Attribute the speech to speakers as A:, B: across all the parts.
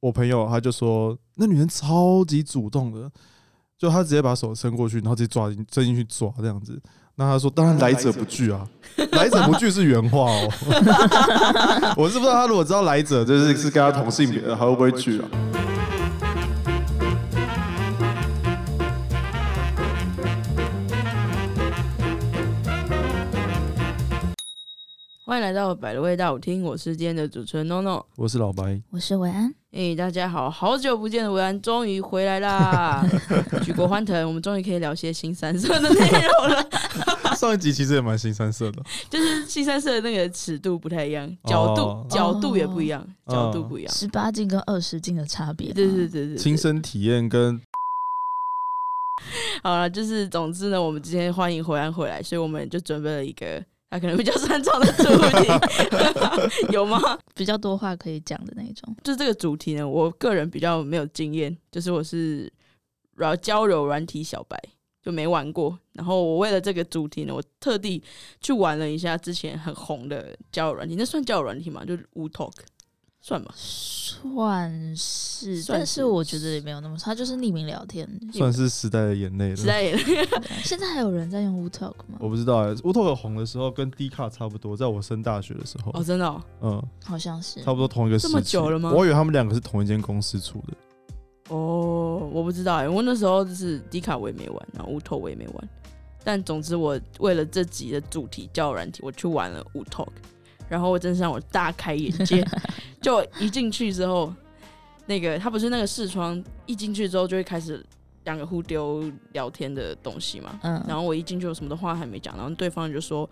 A: 我朋友他就说，那女人超级主动的，就她直接把手伸过去，然后直接抓进伸进去抓这样子。那他说，当然来者不拒啊，来者不拒是原话 哦。我是不知道他如果知道来者就是是跟他同性别的，他会不会拒啊？
B: 欢迎来到百味道听，我是今天的主持人 NONO。
A: 我是老白，
C: 我是维安，
B: 哎、大家好，好久不见的维安终于回 来啦，举国欢腾，我们终于可以聊些新三色的内容了。
A: 上一集其实也蛮新三色的，
B: 就是新三色的那个尺度不太一样，角度、
A: 哦
B: 角度也不一样，
A: 哦
B: 角度不一样。
C: 十八禁跟二十禁的差别。嗯
B: 对对，对对
A: 亲
B: 对，
A: 身体验跟
B: 好了，就是总之呢，我们今天欢迎回安回来，所以我们就准备了一个他可能比较擅长的主题， 有吗？
C: 比较多话可以讲的那种。
B: 就是这个主题呢，我个人比较没有经验，就是我是然后交友软体小白，就没玩过。然后我为了这个主题呢，我特地去玩了一下之前很红的交友软体，那算交友软体吗？就是 w Talk，算吧。
C: 算
B: 算
C: 是，
B: 是
C: 但是我觉得也没有那么差，它就是匿名聊 天。
A: 算是时代的眼泪
B: 实
A: 了。
B: 在也
C: 现在还有人在用 WeTalk 吗？
B: 哦
A: 我不知道、欸，乌托克红的时候跟 D 卡差不多，在我升大学的时候，
B: 哦，真的哦，
A: 嗯，
C: 好像是
A: 差。不多同一个时期
B: 这么久了吗
A: 我以为他们两个是同一间公司出的。
B: 哦，我不知道哎、我那时候就是迪卡我也没玩，然后 w Talk 我也没玩。但总之，我为了这集的主题交友软体，我去玩了 w Talk，然后我真是让我大开眼 界。就一进去之后，那个它不是那个视窗，一进去之后就会开始两个互丢聊天的东西嘛。
C: 嗯，
B: 然后我一进去，我什么的话还没讲，然后对方就说：“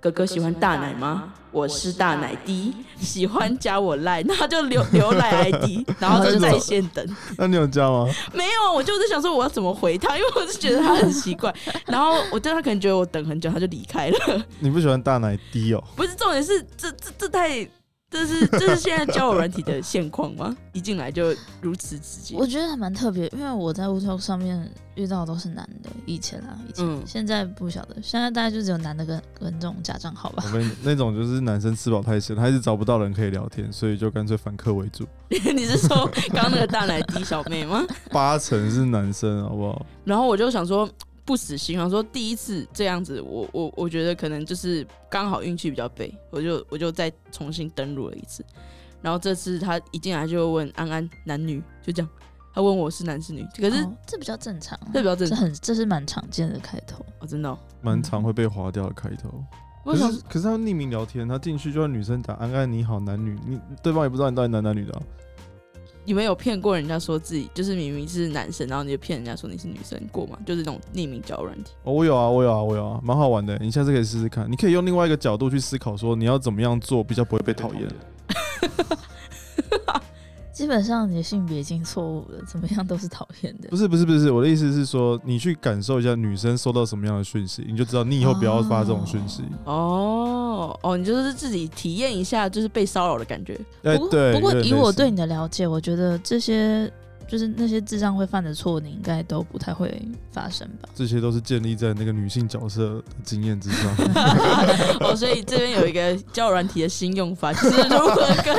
B: 哥哥喜欢大奶吗？我是大奶 弟，喜欢加我赖，那就留留赖 ID，然后就在线等。”
A: 那你有加吗？
B: 没有，我就在想说我要怎么回他，因为我是觉得他很奇 怪。然后我对他可能觉得我等很久，他就离开了。
A: 你不喜欢大奶滴 哦？
B: 不是重点是这这这太这是这是现在交友软体的现况吗？一进来就如此直接
C: 我觉得还蛮特别，因为我在 WeTalk 上面遇到的都是男的，以前啊，以前，
B: 嗯
C: 现在不晓得，现在大概就只有男的跟跟这种假账号吧
A: 我。跟你那种就是男生吃饱太闲，他一直找不到人可以聊天，所以就干脆反客为主。
B: 你是说刚刚那个大奶滴小妹吗？
A: 八成是男生，好不好？
B: 然后我就想说不死心，想说第一次这样子，我我我觉得可能就是刚好运气比较背，我就我就再重新登录了一次。然后这次他一进来就问安安男女，就这样，他问我是男是女，可是
C: 哦这比较正常啊，
B: 这比较正
C: 这
B: 常
C: 很这是蛮常见的开头。
B: 哦，真的、哦。
A: 蛮常会被划掉的开头。
B: 我
A: 可
B: 想
A: 是可是他匿名聊天，他进去就让女生打安安你好男女，你对方也不知道你到底男男女的啊、
B: 你们有骗过人家说自己就是明明是男生，然后你就骗人家说你是女生过吗？就是那种匿名交友软体。
A: 哦，我有啊，我有啊，我有啊，蛮好玩的。你下次可以试试看，你可以用另外一个角度去思考，说你要怎么样做比较不会被讨厌。
C: 基本上你的性别已经错误了，怎么样都是讨厌的
A: 不。是不是不是，我的意思是说，你去感受一下女生收到什么样的讯息，你就知道你以后不要发这种讯息。
B: 哦哦，你就是自己体验一下就是被骚扰的感觉。
A: 哎、
C: 不过
A: 对，
C: 不过
A: 有点
C: 以我
A: 类似
C: 对你的了解，我觉得这些就是那些智障会犯的错，你应该都不太会发生吧？
A: 这些都是建立在那个女性角色的经验之 上。
B: 哦，所以这边有一个交友软体的新用法，就是如何跟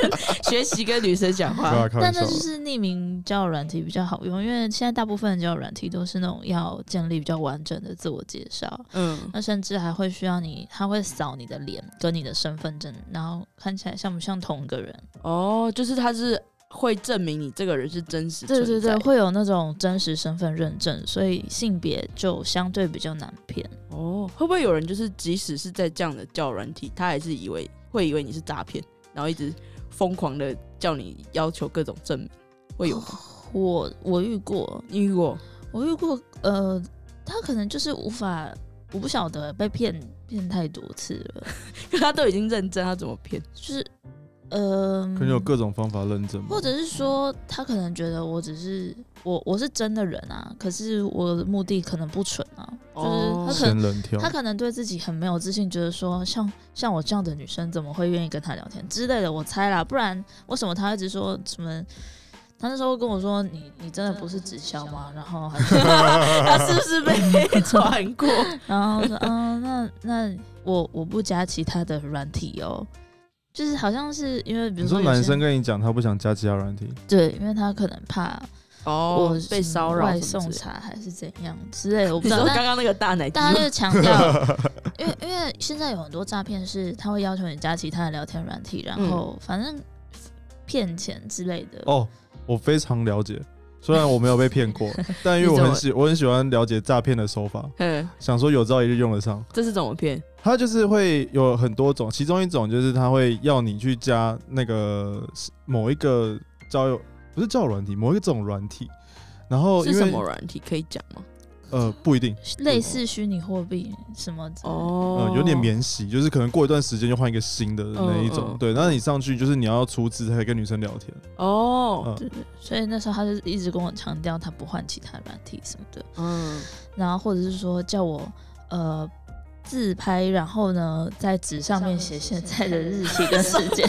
B: 学习跟女生 讲
A: 对啊，
B: 话。
A: 开
C: 但
A: 玩笑
C: 那
A: 的。
C: 就是匿名交友软体比较好用，因为现在大部分的交友软体都是那种要建立比较完整的自我介绍，
B: 嗯，
C: 那甚至还会需要你，他会扫你的脸跟你的身份证，然后看起来像不像同一个人？
B: 哦，就是他是会证明你这个人是真实
C: 对对
B: 存在
C: 对，
B: 的
C: 会有那种真实身份认证，所以性别就相对比较难骗。
B: 哦，会不会有人就是即使是在这样的交友软体，他还是以为会以为你是诈骗，然后一直疯狂的叫你要求各种证明，会
C: 哦
B: 有吗？
C: 我我遇过，
B: 你遇过？
C: 我遇过，呃，他可能就是无法，我不晓得被骗骗太多次了，
B: 可他都已经认真，他怎么骗？
C: 就是，呃，
A: 可能有各种方法认证吧，
C: 或者是说他可能觉得我只是我我是真的人啊，可是我的目的可能不纯啊，
B: 哦
C: 就是他可能。
A: 仙人跳
C: 他。可能对自己很没有自信，觉得说像像我这样的女生怎么会愿意跟他聊天之类的，我猜啦，不然为什么他一直说什么？他那时候跟我说你你真的不是直销吗？然后还说
B: 他是不是被传过？
C: 然后我说，嗯，那那我我不加其他的软体哦。就是好像是因为比
A: 你
C: 如
A: 说
C: 有些
A: 男生跟你讲他不想加其他软体，
C: 对，因为他可能怕
B: 哦
C: 我，
B: 被
C: 什么
B: 骚扰
C: 外
B: 什么
C: 送
B: 之类的。
C: 茶还是怎样之类的，我
B: 你
C: 不知
B: 说。
C: 道
B: 刚
C: 但
B: 刚那个大奶弟吗，
C: 大家就强 调，因为因为现在有很多诈骗是他会要求你加其他的聊天软体，然
B: 嗯
C: 后反正骗钱之类的。
A: 哦，我非常了解。虽然我没有被骗 过，但因为我很喜我很喜欢了解诈骗的手法，
B: 嗯，
A: 想说有朝一日用得上。
B: 这是怎么骗？
A: 它就是会有很多种，其中一种就是它会要你去加那个某一个交友，不是交友软体，某一种软体。然后
B: 是
A: 因
B: 什
A: 为
B: 么软体可以讲吗？
A: 呃不一定，
C: 类似虚拟货币什么之类的
B: 哦
A: 呃，有点免洗，就是可能过一段时间就换一个新的那一种。
B: 嗯嗯
A: 对，那你上去就是你要出资才可以跟女生聊天。嗯
B: 哦，
C: 对对，所以那时候他就一直跟我强调他不换其他软体什么的，
B: 嗯，
C: 然后或者是说叫我呃自拍，然后呢在纸上面写现在的日期跟时 间，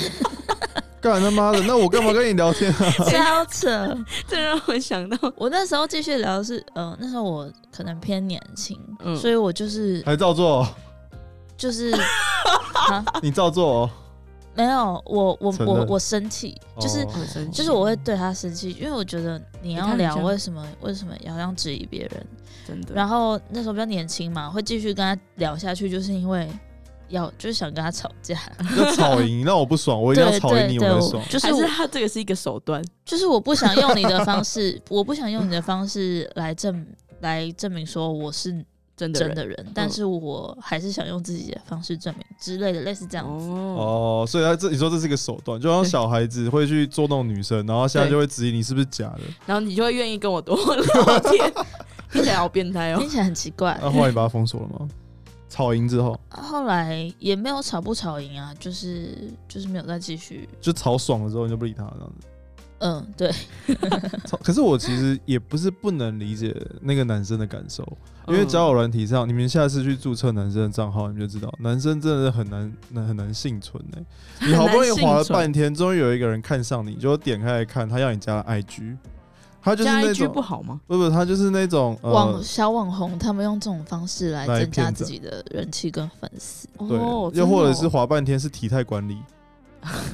A: 干他妈的，那我干嘛跟你聊 天啊？
C: 超扯！
B: 这让我想到，
C: 我那时候继续聊的是，呃，那时候我可能偏年轻，
B: 嗯
C: 所以我就是
A: 还照做哦、
C: 就是、啊、
A: 你照做哦、
C: 没有我我
A: 承
C: 我
A: 认
C: 我生气，就是、
A: 哦
B: 很生气
C: 就是我会对他生气，因为我觉得你
B: 你
C: 要
B: 看
C: 聊
B: 你像
C: 为什么为什么要这样质疑别人。
B: 真的，
C: 然
B: 后
C: 后那时候比较年轻嘛，会继续跟他聊下去，就是因为要就是想跟他吵架。
A: 要吵赢，让我不爽，我一定要
C: 对
A: 吵赢你，
C: 对对
A: 我才
C: 我
A: 爽。
C: 就是
B: 还
C: 我
B: 是他这个是一个手段，
C: 就是我不想用你的方式，我不想用你的方式来证来证明说我是
B: 真的人
C: 真的人，但是我还是想用自己的方式证明之类的，类似这样子。
B: 哦，
A: 哦，所以他这你说这是一个手段，就像小孩子会去捉弄女生，然后现在
B: 对
A: 就会质疑你是不是假的，
B: 然后你就会愿意跟我多聊天，听起来好变态哦
C: 听。起来很奇怪。
A: 那后来你把他封锁了吗？吵赢之后
C: 后来也没有吵不吵赢啊，就是就是没有再继续。
A: 就吵爽了之后你就不理他这样子。
C: 嗯，对，
A: 吵可是我其实也不是不能理解那个男生的感受，因
B: 嗯
A: 为交友软体上，你们下次去注册男生的账号，你们就知道，男生真的是很难难很难幸存哎、
B: 嗯
A: 你好不容易
B: 很难
A: 划了
B: 幸存
A: 半天，终于有一个人看上你，就点开来看，他要你加了 IG，他就是
B: 加
A: 那
B: IG
A: 种
B: 不好吗？
A: 不不，他就是那种
C: 网
A: 呃，
C: 小网红他们用这种方式来
A: 来
C: 增加
A: 骗
C: 自
A: 子
C: 己的人气跟粉丝。
A: 对，
B: 哦，
A: 又或者是
B: 真的
A: 滑半天是体态管 理，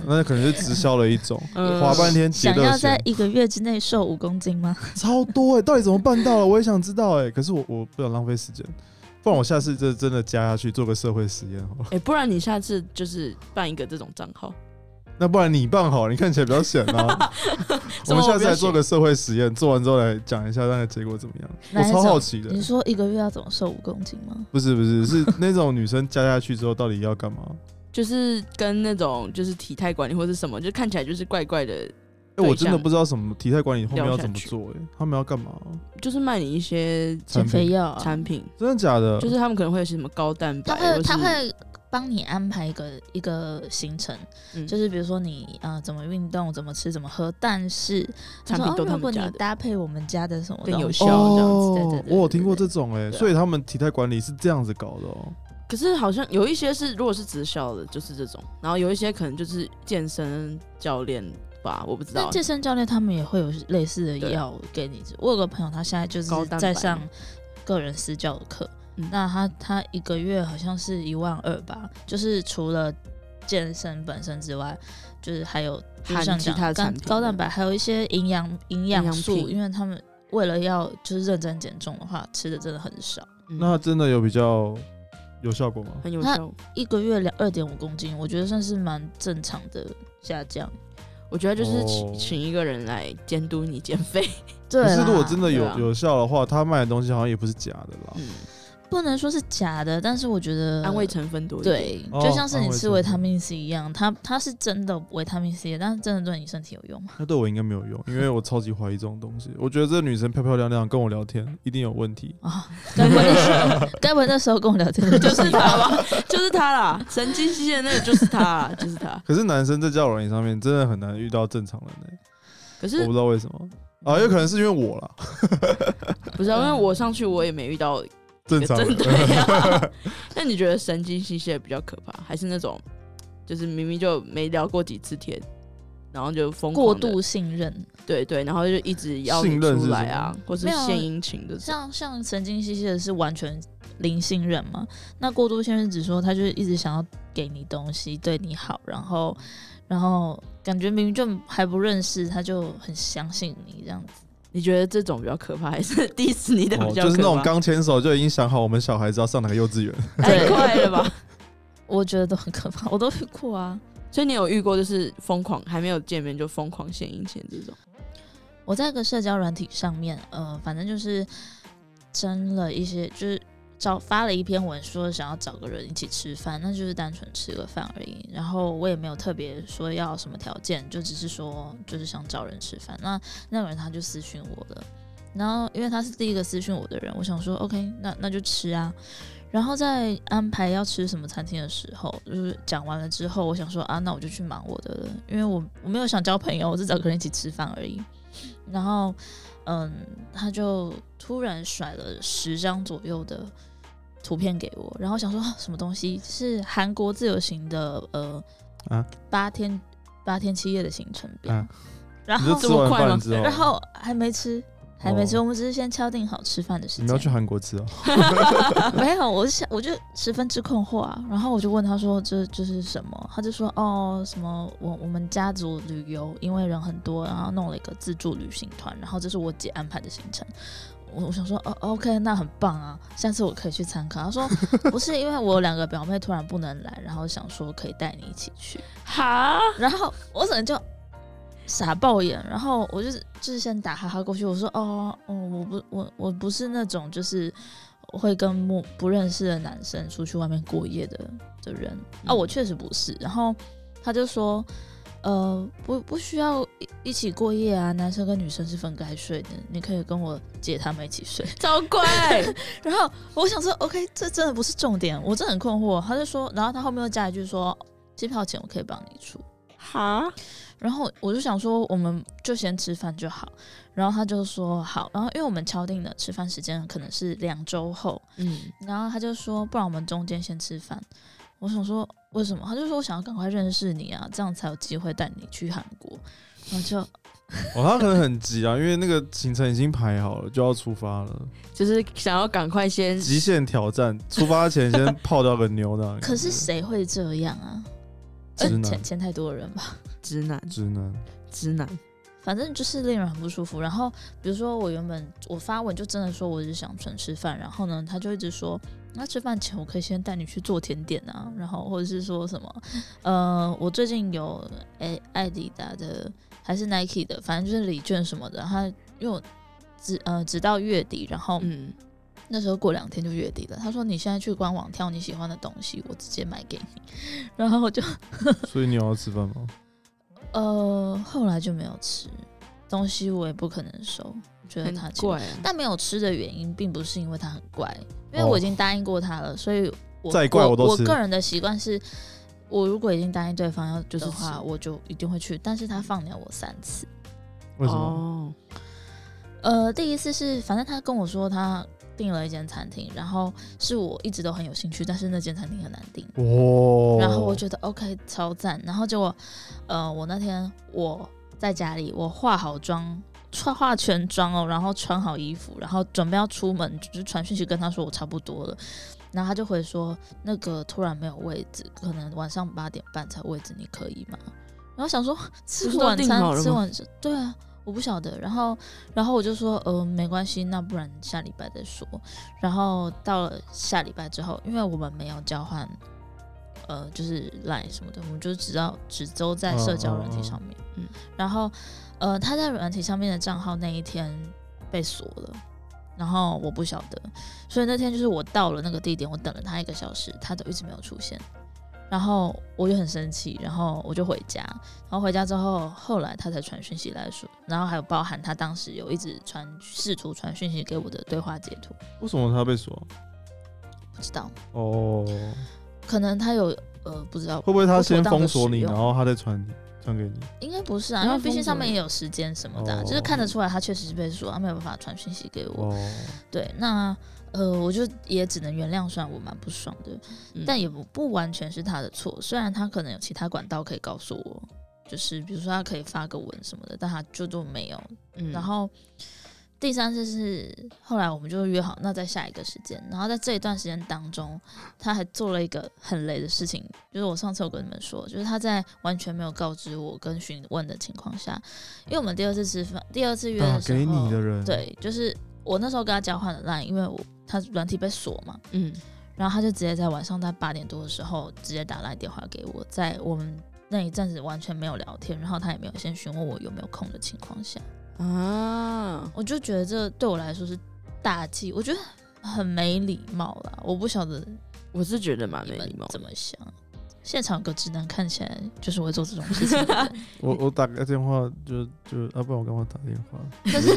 A: 那可能是直销的一种，
B: 哦
A: 滑半天解
C: 想
A: 热
C: 要在
A: 线，
C: 一个月之内瘦五公斤吗？
A: 超多哎、到底怎么办到的？我也想知道哎、可是我我不想浪费时间，不然我下次这真的加下去做个社会实验好了。
B: 哎、不然你下次就是办一个这种账号，
A: 那不然你办好了，你看起来比较显 啊。我们下次来做个社会实验，做完之后来讲一下那个结果怎么样。我
C: 哪一
A: 超好
C: 种
A: 奇的
C: 你，说一个月要怎么瘦五公斤吗？
A: 不是不是，是那种女生加下去之后到底要干 嘛？
B: 就是跟那种就是体态管理或是什么，就看起来就是怪怪的，
A: 哎、我
B: 对
A: 真的
B: 象
A: 不知道什么体态管理后面要
B: 掉下
A: 怎么
B: 去
A: 做、哎，他们要干嘛？
B: 就是卖你一些
A: 产
C: 减
A: 品
C: 肥药、啊？
B: 产品，
A: 真的假的？
B: 就是他们可能会有些什么高蛋白
C: 他，
B: 或
C: 会
B: 是
C: 他会帮你安排一个一个行程，
B: 嗯
C: 就是比如说你啊、呃怎么运动、怎么吃、怎么喝，但是他
B: 产
C: 说
B: 品都
C: 哦、
B: 他
C: 如果
B: 们
C: 你
B: 家的，
C: 搭配我们家的什么
B: 更有
C: 东西
B: 效这样哦
C: 子对对对对对
A: 哦我有听过这种哎、
C: 对啊
A: 所以他们体态管理是这样子搞的哦、
B: 可是好像有一些是如果是直销的，就是这种，然后有一些可能就是健身教练吧，我不知道
C: 但
B: 啊，
C: 健身教练他们也会有类似的
B: 对
C: 药给你吃。我有个朋友，他现在就是
B: 高蛋白
C: 在上个人私教的课，
B: 嗯
C: 那他他一个月好像是一万二吧，就是除了健身本身之外，就是还有就是
B: 含
C: 像
B: 其
C: 讲
B: 他的
C: 高
B: 产品
C: 高蛋白，还有一些营养营养
B: 养
C: 素，
B: 品
C: 因为他们为了要就是认真减重的话，吃的真的很少，
B: 嗯
A: 那真的有比较有效果吗？
B: 很有
C: 那
B: 效。
C: 一个月两二点五公斤，我觉得算是蛮正常的下降。
B: 我觉得就是请、
A: 哦
B: 请一个人来监督你减肥，
C: 对
A: 可
C: 啦，
A: 是如果真的有、
B: 对啊
A: 有效的话，他卖的东西好像也不是假的
C: 哦
A: 啦。
B: 嗯，
C: 不能说是假的，但是我觉得
B: 安慰成分多一点，
C: 对，
A: 哦
C: 就像是
A: 安
C: 你
A: 慰
C: 吃
A: 成
C: 维
A: 分
C: 他命 C 一样，它它是真的维他命 C，但是真的对你身体有用吗？
A: 那对我应该没有用，因为我超级怀疑这种东西。我觉得这女生漂漂亮亮跟我聊天一定有问题。
C: 啊、该不会那时候，该不会那时候跟我聊天的
B: 就
C: 就是是
B: 他
C: 他吧？
B: 吧，就是他啦，神经兮兮的那个就是他啦，就是他。
A: 可是男生在交友软件上面真的很难遇到正常人、欸，
B: 可
A: 我
B: 是
A: 不知道为什么啊，有可能是因为我啦，
B: 不是、啊，因为我上去我也没遇到一
A: 正
B: 个
A: 常人
B: 真。对 啊。那你觉得神经兮兮的比较可怕，还是那种就是明明就没聊过几次天，然后就疯狂
C: 过
B: 地
C: 度信任，
B: 对对，然后就一直要你
A: 信任
B: 出
A: 是什
B: 来
A: 么
B: 啊，或是
C: 没有啊
B: 献殷勤的这种，
C: 像像神经兮兮的是完全零信任嘛。那过度信任只说他就是一直想要给你东西，对你好，然后然后感觉明明就还不认识，他就很相信你这样子。
B: 你觉得这种比较可怕，还是迪士尼的
A: 哦，
B: 比较可
A: 就
B: 怕？
A: 是那种刚牵手就已经想好我们小孩子要上哪个幼稚园，
B: 太快了吧？
C: 我觉得都很可怕，我都遇过啊。
B: 所以你有遇过就是疯狂还没有见面就疯狂献殷勤这种？
C: 我在一个社交软体上面，呃，反正就是争了一些，就是找发了一篇文说想要找个人一起吃饭，那就是单纯吃个饭而已。然后我也没有特别说要什么条件，就只是说就是想找人吃饭。那那个人他就私讯我了，然后因为他是第一个私讯我的人，我想说 OK，那那就吃啊。然后在安排要吃什么餐厅的时候，就是讲完了之后，我想说啊，那我就去忙我的了，因为我我没有想交朋友，我是找个人一起吃饭而已。然后，嗯，他就突然甩了十张左右的图片给我，然后想说啊什么东西是韩国自由行的呃、
A: 啊
C: 八天八天七夜的行程表，
A: 啊
C: 然
A: 你就
C: 后
A: 吃
B: 这么
A: 完
B: 快吗
A: 饭之后，
C: 然后还没吃，还没吃，
A: 哦
C: 我们只是先敲定好吃饭的时
A: 你
C: 间。
A: 们要去韩国吃哦，
C: 没有，我就想，我就十分之困惑啊。然后我就问他说：“这这是什么？”他就说：“哦，什么我我们家族旅游，因为人很多，然后弄了一个自助旅行团，然后这是我姐安排的行程。”我我想说，哦，OK，那很棒啊，下次我可以去参考。他说 不是，因为我有两个表妹突然不能来，然后想说可以带你一起去。
B: 哈，
C: 然后我整个就傻爆眼，然后我就是就是先打哈哈过去，我说哦，嗯，我不我我不是那种就是会跟不不认识的男生出去外面过夜的的人啊，
B: 嗯
C: 我确实不是。然后他就说。呃，不不需要一一起过夜啊，男生跟女生是分开睡的，你可以跟我姐他们一起睡。
B: 超怪，
C: 然后我想说，OK，这真的不是重点，我真的很困惑。他就说，然后他后面又加一句说，机票钱我可以帮你出。
B: 哈，
C: 然后我就想说，我们就先吃饭就好。然后他就说好。然后因为我们敲定的吃饭时间可能是两周后，
B: 嗯，
C: 然后他就说，不然我们中间先吃饭。我想说为什么？他就说我想要赶快认识你啊，这样才有机会带你去韩国。然后就
A: 哦，他可能很急啊，因为那个行程已经排好了，就要出发了，
B: 就是想要赶快先
A: 极限挑战，出发前先泡掉个妞那样。
C: 可是谁会这样啊？
A: 直男
C: 钱钱太多的人吧，
B: 直男，
A: 直男，
B: 直男，
C: 反正就是令人很不舒服。然后比如说我原本我发文就真的说我只想纯吃饭，然后呢他就一直说那吃饭前我可以先带你去做甜点啊，然后或者是说什么，呃，我最近有诶艾迪达的还是 Nike 的，反正就是礼券什么的，他因为我直呃直到月底，然后
B: 嗯，
C: 那时候过两天就月底了，他说你现在去官网挑你喜欢的东西，我直接买给你， 然后我就
A: 所以你有要吃饭吗？
C: 呃后来就没有吃东西，我也不可能收，觉得
B: 很
C: 他奇怪
B: 怪啊，
C: 但没有吃的原因，并不是因为它很怪，因为我已经答应过他了，所以我
A: 再怪
C: 我
A: 我都
C: 我
A: 吃
C: 个人的习惯是，我如果已经答应对方要
B: 就是
C: 的话，
B: 吃
C: 我就一定会去。但是他放鸟我三次，
A: 为什么？
B: 哦，
C: 呃，第一次是反正他跟我说他订了一间餐厅，然后是我一直都很有兴趣，但是那间餐厅很难订。
A: 哦，
C: 然后我觉得 OK 超赞，然后结果，呃，我那天我在家里，我化好妆，化化全妆哦，然后穿好衣服，然后准备要出门，就是传讯息跟他说我差不多了，然后他就回说那个突然没有位置，可能晚上八点半才有位置，你可以吗？然后想说吃
B: 不是都
C: 晚
B: 订
C: 餐
B: 好了
C: 吃
B: 吗
C: 晚餐，对啊，我不晓得。然后然后我就说呃没关系，那不然下礼拜再说。然后到了下礼拜之后，因为我们没有交换，呃，就是赖什么的，我们就只要只都在社交软体上面。
B: 嗯嗯
C: 然后呃，他在软体上面的账号那一天被锁了。然后我不晓得，所以那天就是我到了那个地点，我等了他一个小时，他都一直没有出现。然后我就很生气，然后我就回家。然后回家之后，后来他才传讯息来说，然后还有包含他当时有一直传试图传讯息给我的对话截图，
A: 为什么他被锁？
C: 不知道，
A: 哦，
C: 可能他有呃不知道
A: 会不会他先
C: 不妥当
A: 封
C: 的
A: 锁
C: 使
A: 你，
C: 用
A: 然后他再传传给你？
C: 应该不是啊，
B: 那
C: 因为毕
B: 封
C: 竟
B: 锁
C: 上面
B: 了
C: 也有时间什么的啊、
A: 哦
C: 就是看得出来他确实是被说，他没有办法传讯息给我。
A: 哦，
C: 对，那呃我就也只能原谅，虽然我蛮不爽的，
B: 嗯
C: 但也不不完全是他的错，虽然他可能有其他管道可以告诉我。就是比如说他可以发个文什么的，但他就都没有，
B: 嗯
C: 然后第三次是后来我们就约好，那在下一个时间。然后在这一段时间当中，他还做了一个很累的事情，就是我上次有跟你们说，就是他在完全没有告知我跟询问的情况下，因为我们第二次吃饭，第二次约
A: 打
C: 的时候，
A: 啊给你的人，，
C: 对，就是我那时候跟他交换了 line，因为我他软体被锁嘛，
B: 嗯，
C: 然后他就直接在晚上在八点多的时候直接打来电话给我，在我们那一阵子完全没有聊天，然后他也没有先询问我有没有空的情况下，
B: 啊，
C: 我就觉得这对我来说是大忌，我觉得很没礼貌啦。我不晓得
B: 我是觉得蛮
C: 你
B: 没礼
C: 们
B: 貌的
C: 怎。么想。现场有个直男看起来就是会做这种事情的 人，
A: 我我打个电话就就，啊，不然我干嘛打电话？
C: 可 是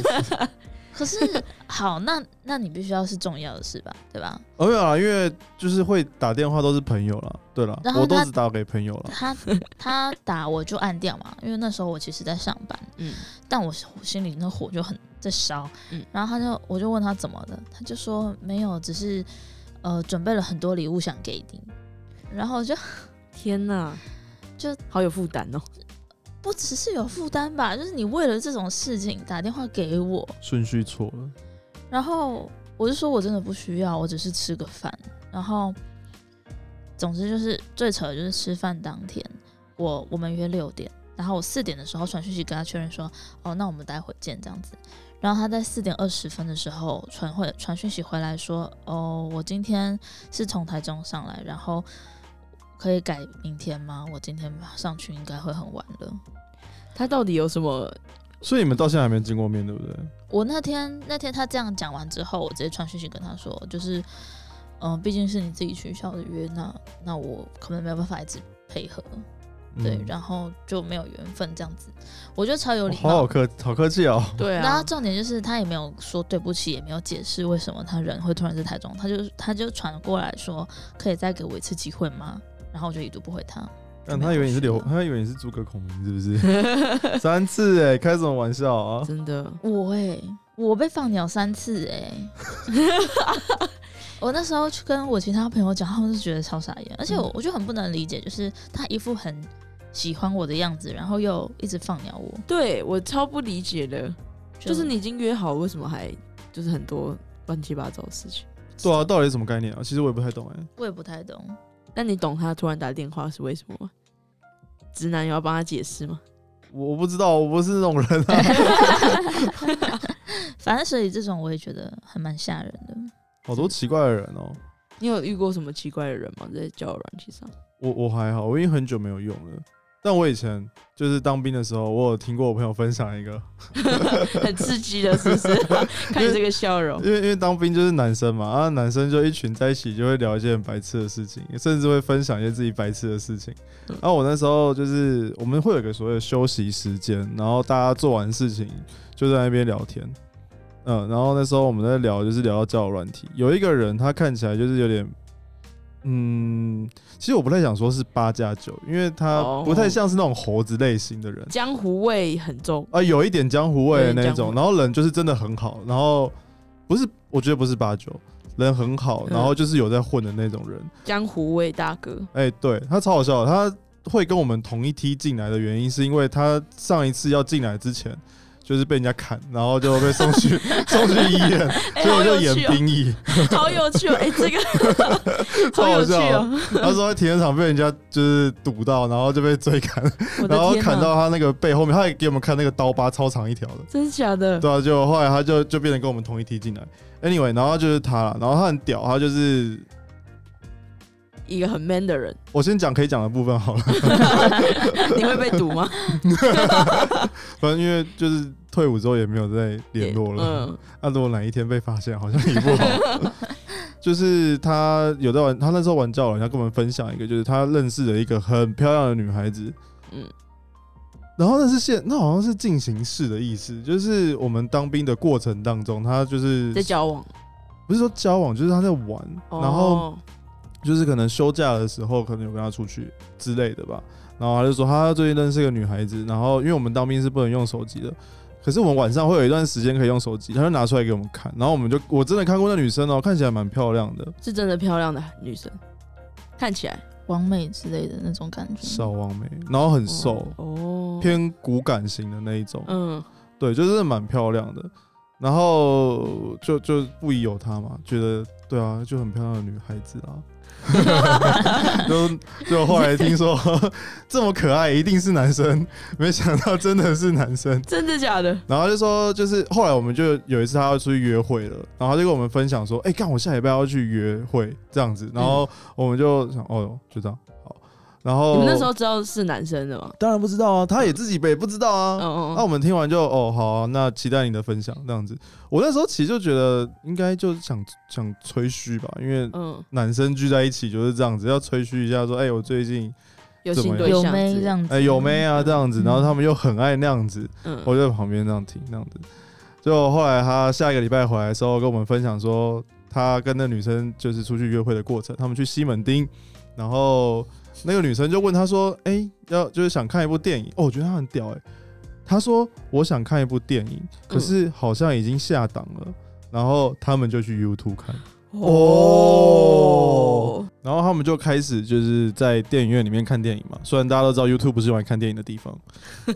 C: 可是好，那那你必须要是重要的事吧，对吧？
A: 哦没有啊，因为就是会打电话都是朋友了，对了
C: 然，后
A: 我都
C: 他
A: 只打给朋
B: 哦
A: 友了。
C: 他他打我就按掉嘛，因为那时候我其实在上班，
B: 嗯，
C: 但我我心里那火就很在烧，
B: 嗯
C: 然后他就我就问他怎么了，他就说没有，只是呃准备了很多礼物想给你，然后我就
B: 天哪，
C: 就
B: 好有负担哦。
C: 不只是有负担吧，就是你为了这种事情打电话给我，
A: 顺序错了，
C: 然后我就说我真的不需要，我只是吃个饭。然后，总之就是最扯的就是吃饭当天，我我们约六点，然后我四点的时候传讯息跟他确认说，哦，那我们待会见这样子。然后他在四点二十分的时候传回传讯息回来说，哦，我今天是从台中上来，然后可以改明天吗？我今天上去应该会很晚了。
B: 他到底有什么？
A: 所以你们到现在还没见过面，对不对？
C: 我那天那天他这样讲完之后，我直接传讯息跟他说，就是，嗯、毕竟是你自己取消的约，那那我可能没有办法一直配合，对，
A: 嗯
C: 然后就没有缘分这样子，我觉得超有
A: 哦
C: 礼
A: 好
C: 貌。
A: 好客，好客气哦。
B: 对
C: 然后
B: 啊，
C: 重点就是他也没有说对不起，也没有解释为什么他人会突然在台中，他就他就传过来说，可以再给我一次机会吗？然后我就已读不回他。
A: 但他以为你是
C: 就
A: 刘，
C: 没有去了
A: 他以为你是诸葛孔明，是不 是？三次哎、开什么玩笑啊？
B: 真的，
C: 我哎、我被放鸟三次哎、 我那时候去跟我其他朋友讲，他们就觉得超傻眼，而且我
B: 嗯
C: 我就很不能理解，就是他一副很喜欢我的样子，然后又一直放鸟我，
B: 对我超不理解的，就是你已经约好，为什么还就是很多乱七八糟的事情？
A: 对啊，到底是什么概念啊？其实我也不太懂哎、
C: 我也不太懂，
B: 但你懂他突然打电话是为什么吗？直男也要帮他解释吗？
A: 我我不知道，我不是那种人啊。
C: 反正所以这种我也觉得还蛮吓人的。
A: 好多奇怪的人哦、
B: 你有遇过什么奇怪的人吗？在交友软件上？
A: 我我还好，我已经很久没有用了。但我以前就是当兵的时候，我有听过我朋友分享一个，
B: 很刺激的，是不是？ 看你这个笑容，
A: 因为因为当兵就是男生嘛，啊，男生就一群在一起就会聊一些很白痴的事情，甚至会分享一些自己白痴的事情。
B: 嗯
A: 然后我那时候就是我们会有一个所谓的休息时间，然后大家做完事情就在那边聊天。嗯，然后那时候我们在聊，就是聊到交友软体，有一个人他看起来就是有点，嗯，其实我不太想说是八加九，因为他
B: 哦
A: 不太像是那种猴子类型的人。
B: 江湖味很重。
A: 啊，有一点江湖味的那种，
B: 有一点江湖
A: 然后人就是真的很好，然后不是，我觉得不是八九，人很好，
B: 嗯
A: 然后就是有在混的那种人。
B: 江湖味 大哥，
A: 哎、对他超好笑的，他会跟我们同一梯进来的原因，是因为他上一次要进来之前。就是被人家砍，然后就被送 去送去医院，
B: 哎、
A: 所以
B: 好
A: 我就演
B: 有趣哦，
A: 兵役。
B: 好有趣哦，哎、这个
A: 超好
B: 好有趣
A: 笑
B: 哦，
A: 他说在停车场被人家就是堵到，然后就被追砍，
B: 我
A: 然
B: 的
A: 后
B: 天
A: 砍
B: 哪、
A: 到他那个背后面，他也给我们看那个刀疤超长一条的。
B: 真假的？
A: 对啊，就后来他就就变得跟我们同一梯进来。Anyway，然后就是他啦，然后他很屌，他就是
B: 一个很 man 的人，
A: 我先讲可以讲的部分好了，
B: 你会被堵吗？
A: 反正因为就是退伍之后也没有再 联络了。
B: 嗯，
A: 那、如果哪一天被发现，好像也不好。 就是他有在玩，他那时候玩交友，他跟我们分享一个，就是他认识了一个很漂亮的女孩子，嗯
B: 嗯，
A: 然后那是现，那好像是进行式的意思，就是我们当兵的过程当中，他就是
B: 在交往，
A: 不是说交往，就是他在玩，然后
B: 哦、
A: 就是可能休假的时候，可能有跟他出去之类的吧。然后他就说他最近认识一个女孩子，然后因为我们当兵是不能用手机的，可是我们晚上会有一段时间可以用手机，他就拿出来给我们看，然后我们就我真的看过那女生哦、看起来蛮漂亮的，
B: 是真的漂亮的女生，看起来
C: 完美之类的那种感觉，
A: 小王梅，然后很瘦，
B: 哦，
A: 偏骨感型的那一种，
B: 嗯，
A: 对，就是蛮漂亮的。然后就就不疑有他嘛，觉得对啊，就很漂亮的女孩子啊。 就就后来听说这么可爱，一定是男生，没想到真的是男生。
B: 真的假的？
A: 然后就说，就是后来我们就有一次他要出去约会了，然后他就跟我们分享说，哎、干我下礼拜要去约会这样子，然后我们就想，哦哟，就这样好。然后
B: 你们那时候知道是男生的吗？
A: 当然不知道啊，他也自己也不知道啊。
B: 嗯
A: 那、
B: 嗯
A: 我
B: 嗯，
A: 们听完就哦好啊、那期待你的分享这样子。我那时候其实就觉得应该就想想吹嘘吧，因为
B: 嗯，
A: 男生聚在一起就是这样子，要吹嘘一下说，哎、我最近
B: 有新对
C: 有
B: 象，
C: 妹这样子，
A: 哎、有没啊这样子，
C: 嗯
A: 然后他们又很爱那样子，
B: 嗯，
A: 我就在旁边这样听那样子。就后来他下一个礼拜回来的时候，跟我们分享说，他跟那女生就是出去约会的过程，他们去西门町，然后那个女生就问他说：“哎、要就是想看一部电影。”哦，我觉得他很屌哎、他说：“我想看一部电影，可是好像已经下档了。然后他们就去 YouTube 看，哦，然后他们就开始就是在电影院里面看电影嘛。虽然大家都知道 YouTube 不是用来看电影的地方，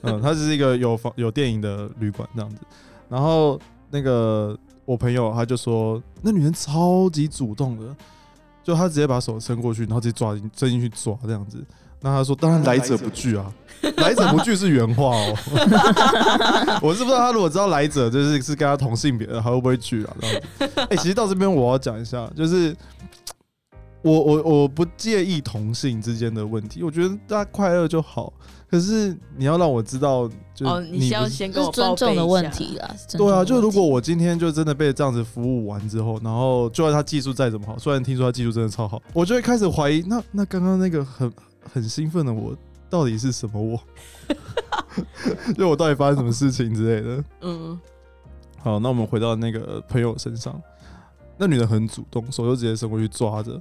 A: 嗯，它只是一个有房有电影的旅馆这样子。然后那个我朋友他就说，那女人超级主动的，就她直接把手伸过去，然后直接抓进伸进去抓这样子。那他说，当然来者不拒 啊，来者不拒是原话哦。 我是不知道他如果知道来者就是是跟他同性别的，他会不会拒啊？这样子。 哎、其实到这边我要讲一下，就是我我我不介意同性之间的问题，我觉得大家快乐就好。可是你要让我知道，就是
B: 哦，你先要
A: 不是
B: 先
C: 这
B: 跟
C: 是
B: 我报
C: 尊
B: 备
C: 重的
B: 一
C: 问
B: 下
C: 题啦。是尊重
A: 对
C: 的
A: 啊，
C: 问
A: 就如果
C: 题
A: 我今天就真的被这样子服务完之后，然后就算他技术再怎么好，虽然听说他技术真的超好，我就会开始怀疑，那那刚刚那个很很兴奋的我到底是什么我？ 就我到底发生什么事情之类的。
B: 嗯，
A: 好，那我们回到那个朋友身上，那女的很主动，手就直接伸过去抓着，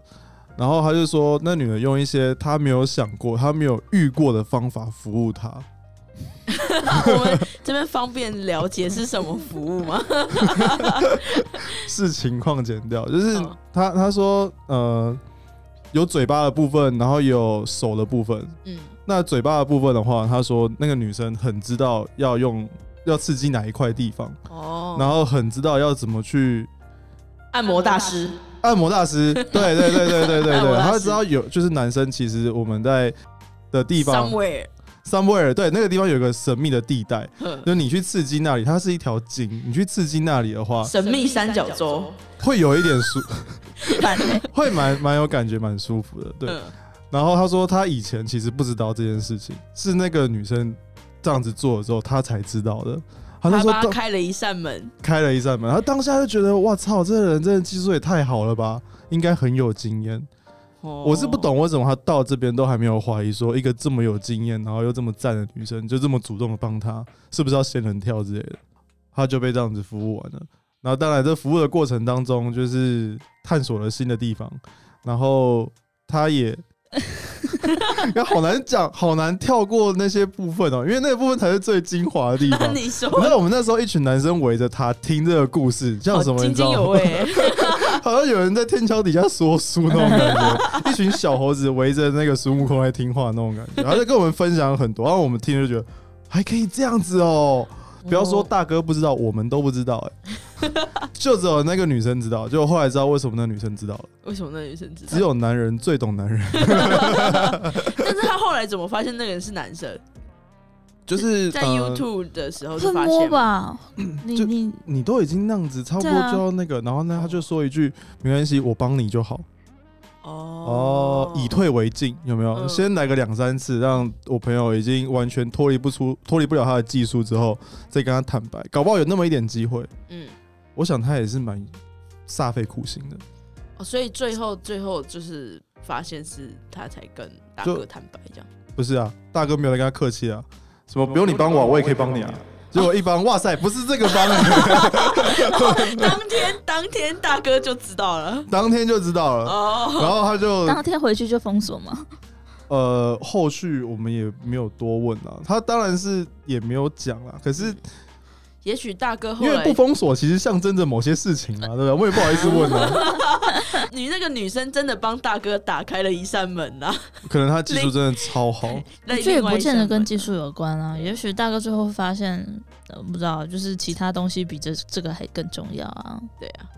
A: 然后他就说，那女的用一些她没有想过、她没有遇过的方法服务他。
B: 我们这边方便了解是什么服务吗？
A: 是情况减掉，
C: 哦
A: 就是
B: 嗯
A: 他他说呃有嘴巴的部分，然后有手的部分。
B: 嗯，
A: 那嘴巴的部分的话，他说那个女生很知道要用要刺激哪一块地方，然
B: 哦，
A: 后很知道要怎么去
B: 按摩大师，
A: 按摩大 师。对对对对对对
B: 按摩
A: 对，
B: 大师
A: 他知道有就是男生其实我们在的地方
B: somewhere，嗯
A: somewhere 对那个地方有一个神秘的地带，
B: 呵
A: 就你去刺激那里，它是一条筋，你去刺激那里的话，
B: 神秘三角洲，
A: 会有一点舒，
C: 反正
A: 会蛮蛮有感觉，蛮舒服的。对，
B: 嗯
A: 然后他说他以前其实不知道这件事情，是那个女生这样子做了之后，他才知道的。他那
B: 他
A: 时候
B: 帮他
A: 当
B: 开了一扇门，
A: 开了一扇门，他当下就觉得哇操，这个人真的技术也太好了吧，应该很有经验。
B: 我
A: 我是不，
B: 哦
A: 懂为什么他到这边都还没有怀疑说，一个这么有经验，然后又这么赞的女生，就这么主动的帮他，是不是要仙人跳之类的？他就被这样子服务完了。然后当然，这服务的过程当中，就是探索了新的地方，然后他 也。要好难讲，好难跳过那些部分哦、因为那个部分才是最精华的地
B: 哦那
A: 方。
B: 你说
A: 你知道我们那时候一群男生围着他听这个故事，像
B: 好
A: 什么你
B: 津
A: 知道
B: 哦
A: 吗？
B: 津有味，
A: 好像有人在天桥底下说书那种感觉，一群小猴子围着那个孙悟空来听话那种感觉，然后就跟我们分享很多，然后我们听着就觉得还可以这样子哦、 不要说大哥不知道，我们都不知道、哎，就只有那个女生知道，就后来知道为什么那女生知道了，
B: 为什么那女生知 道
A: 只？有男人最懂男人，
B: 但是他后来怎么发现那个人是男生？
A: 就是
B: 在
A: 呃
B: YouTube 的时候
C: 会
B: 就发
C: 摸
B: 现 吗，
C: 吧？你
A: 就
C: 你
A: 你都已经那样子，差不多
C: 对啊
A: 就要那个，然后呢，他就说一句没关系，我帮你就好。哦
B: 哦，
A: 以退为进，有没有？
B: 嗯
A: 先来个两三次，让我朋友已经完全脱离不出、脱离不了他的技术之后，再跟他坦白，搞不好有那么一点机会。
B: 嗯，
A: 我想他也是蛮煞费苦心的，
B: 哦，所以最后最后就是发现是他才跟大
A: 就
B: 哥坦白这样，
A: 不是啊？大哥没有在跟他客气啊，什么不用你帮我啊，我也可以帮你
B: 哦
A: 啊。结果一帮，哇塞，不是这个帮 你，
B: 当天当天大哥就知道了。
A: 当天就知道了。
B: 哦，
A: 然后他就
C: 当天回去就封锁吗？
A: 呃，后续我们也没有多问啊，他当然是也没有讲啦，可是
B: 也许大哥嗯后
A: 因为
B: 来
A: 不封锁其实象征着某些事情嘛，对不对？我也不好意思问啊，
B: 你那个女生真的帮大哥打开了一扇门呐、
A: 可能他技术真的超好，
B: 那
C: 这也
B: 另外
C: 不
B: 一
C: 见得
B: 扇
C: 跟
B: 门
C: 技术有关啊。也许大哥最后发现，呃，不知道，就是其他东西比这这个还更重要啊。
B: 对啊。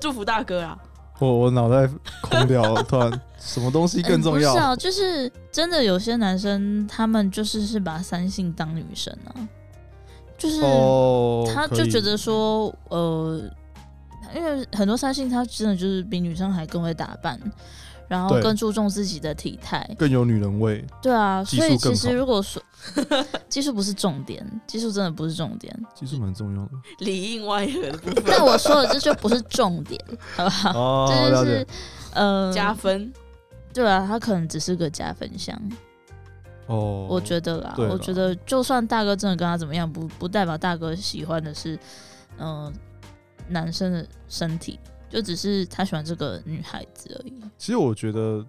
B: 祝福大哥啊！
A: 我我脑袋空掉了，突然什么东西更重
C: 嗯不是
A: 要？
C: 啊，就是真的有些男生，他们就是是把三性当女生啊，就是
A: 哦，
C: 他
A: 可
C: 就
A: 以
C: 觉得说，呃，因为很多三性他真的就是比女生还更会打扮，然后
A: 对
C: 更注重自己的体态，
A: 更有女人味，
C: 对啊，
A: 技
C: 所以
A: 术更
C: 其实
A: 好
C: 如果说 技术不是重点，技术真的不是重 点，
A: 技术蛮重要的
B: 里应外合的部分
C: 但我说的这就不是重点，好不好？
A: 哦，
C: 这
A: 了
C: 就
A: 解
C: 是呃，
B: 加分，
C: 对啊，他可能只是个加分项。
A: 哦，
C: 我觉得啦，
A: 对啦
C: 我觉得就算大哥真的跟他怎么样，不不代表大哥喜欢的是，嗯、男生的身体，就只是他喜欢这个女孩子而已。
A: 其实我觉得，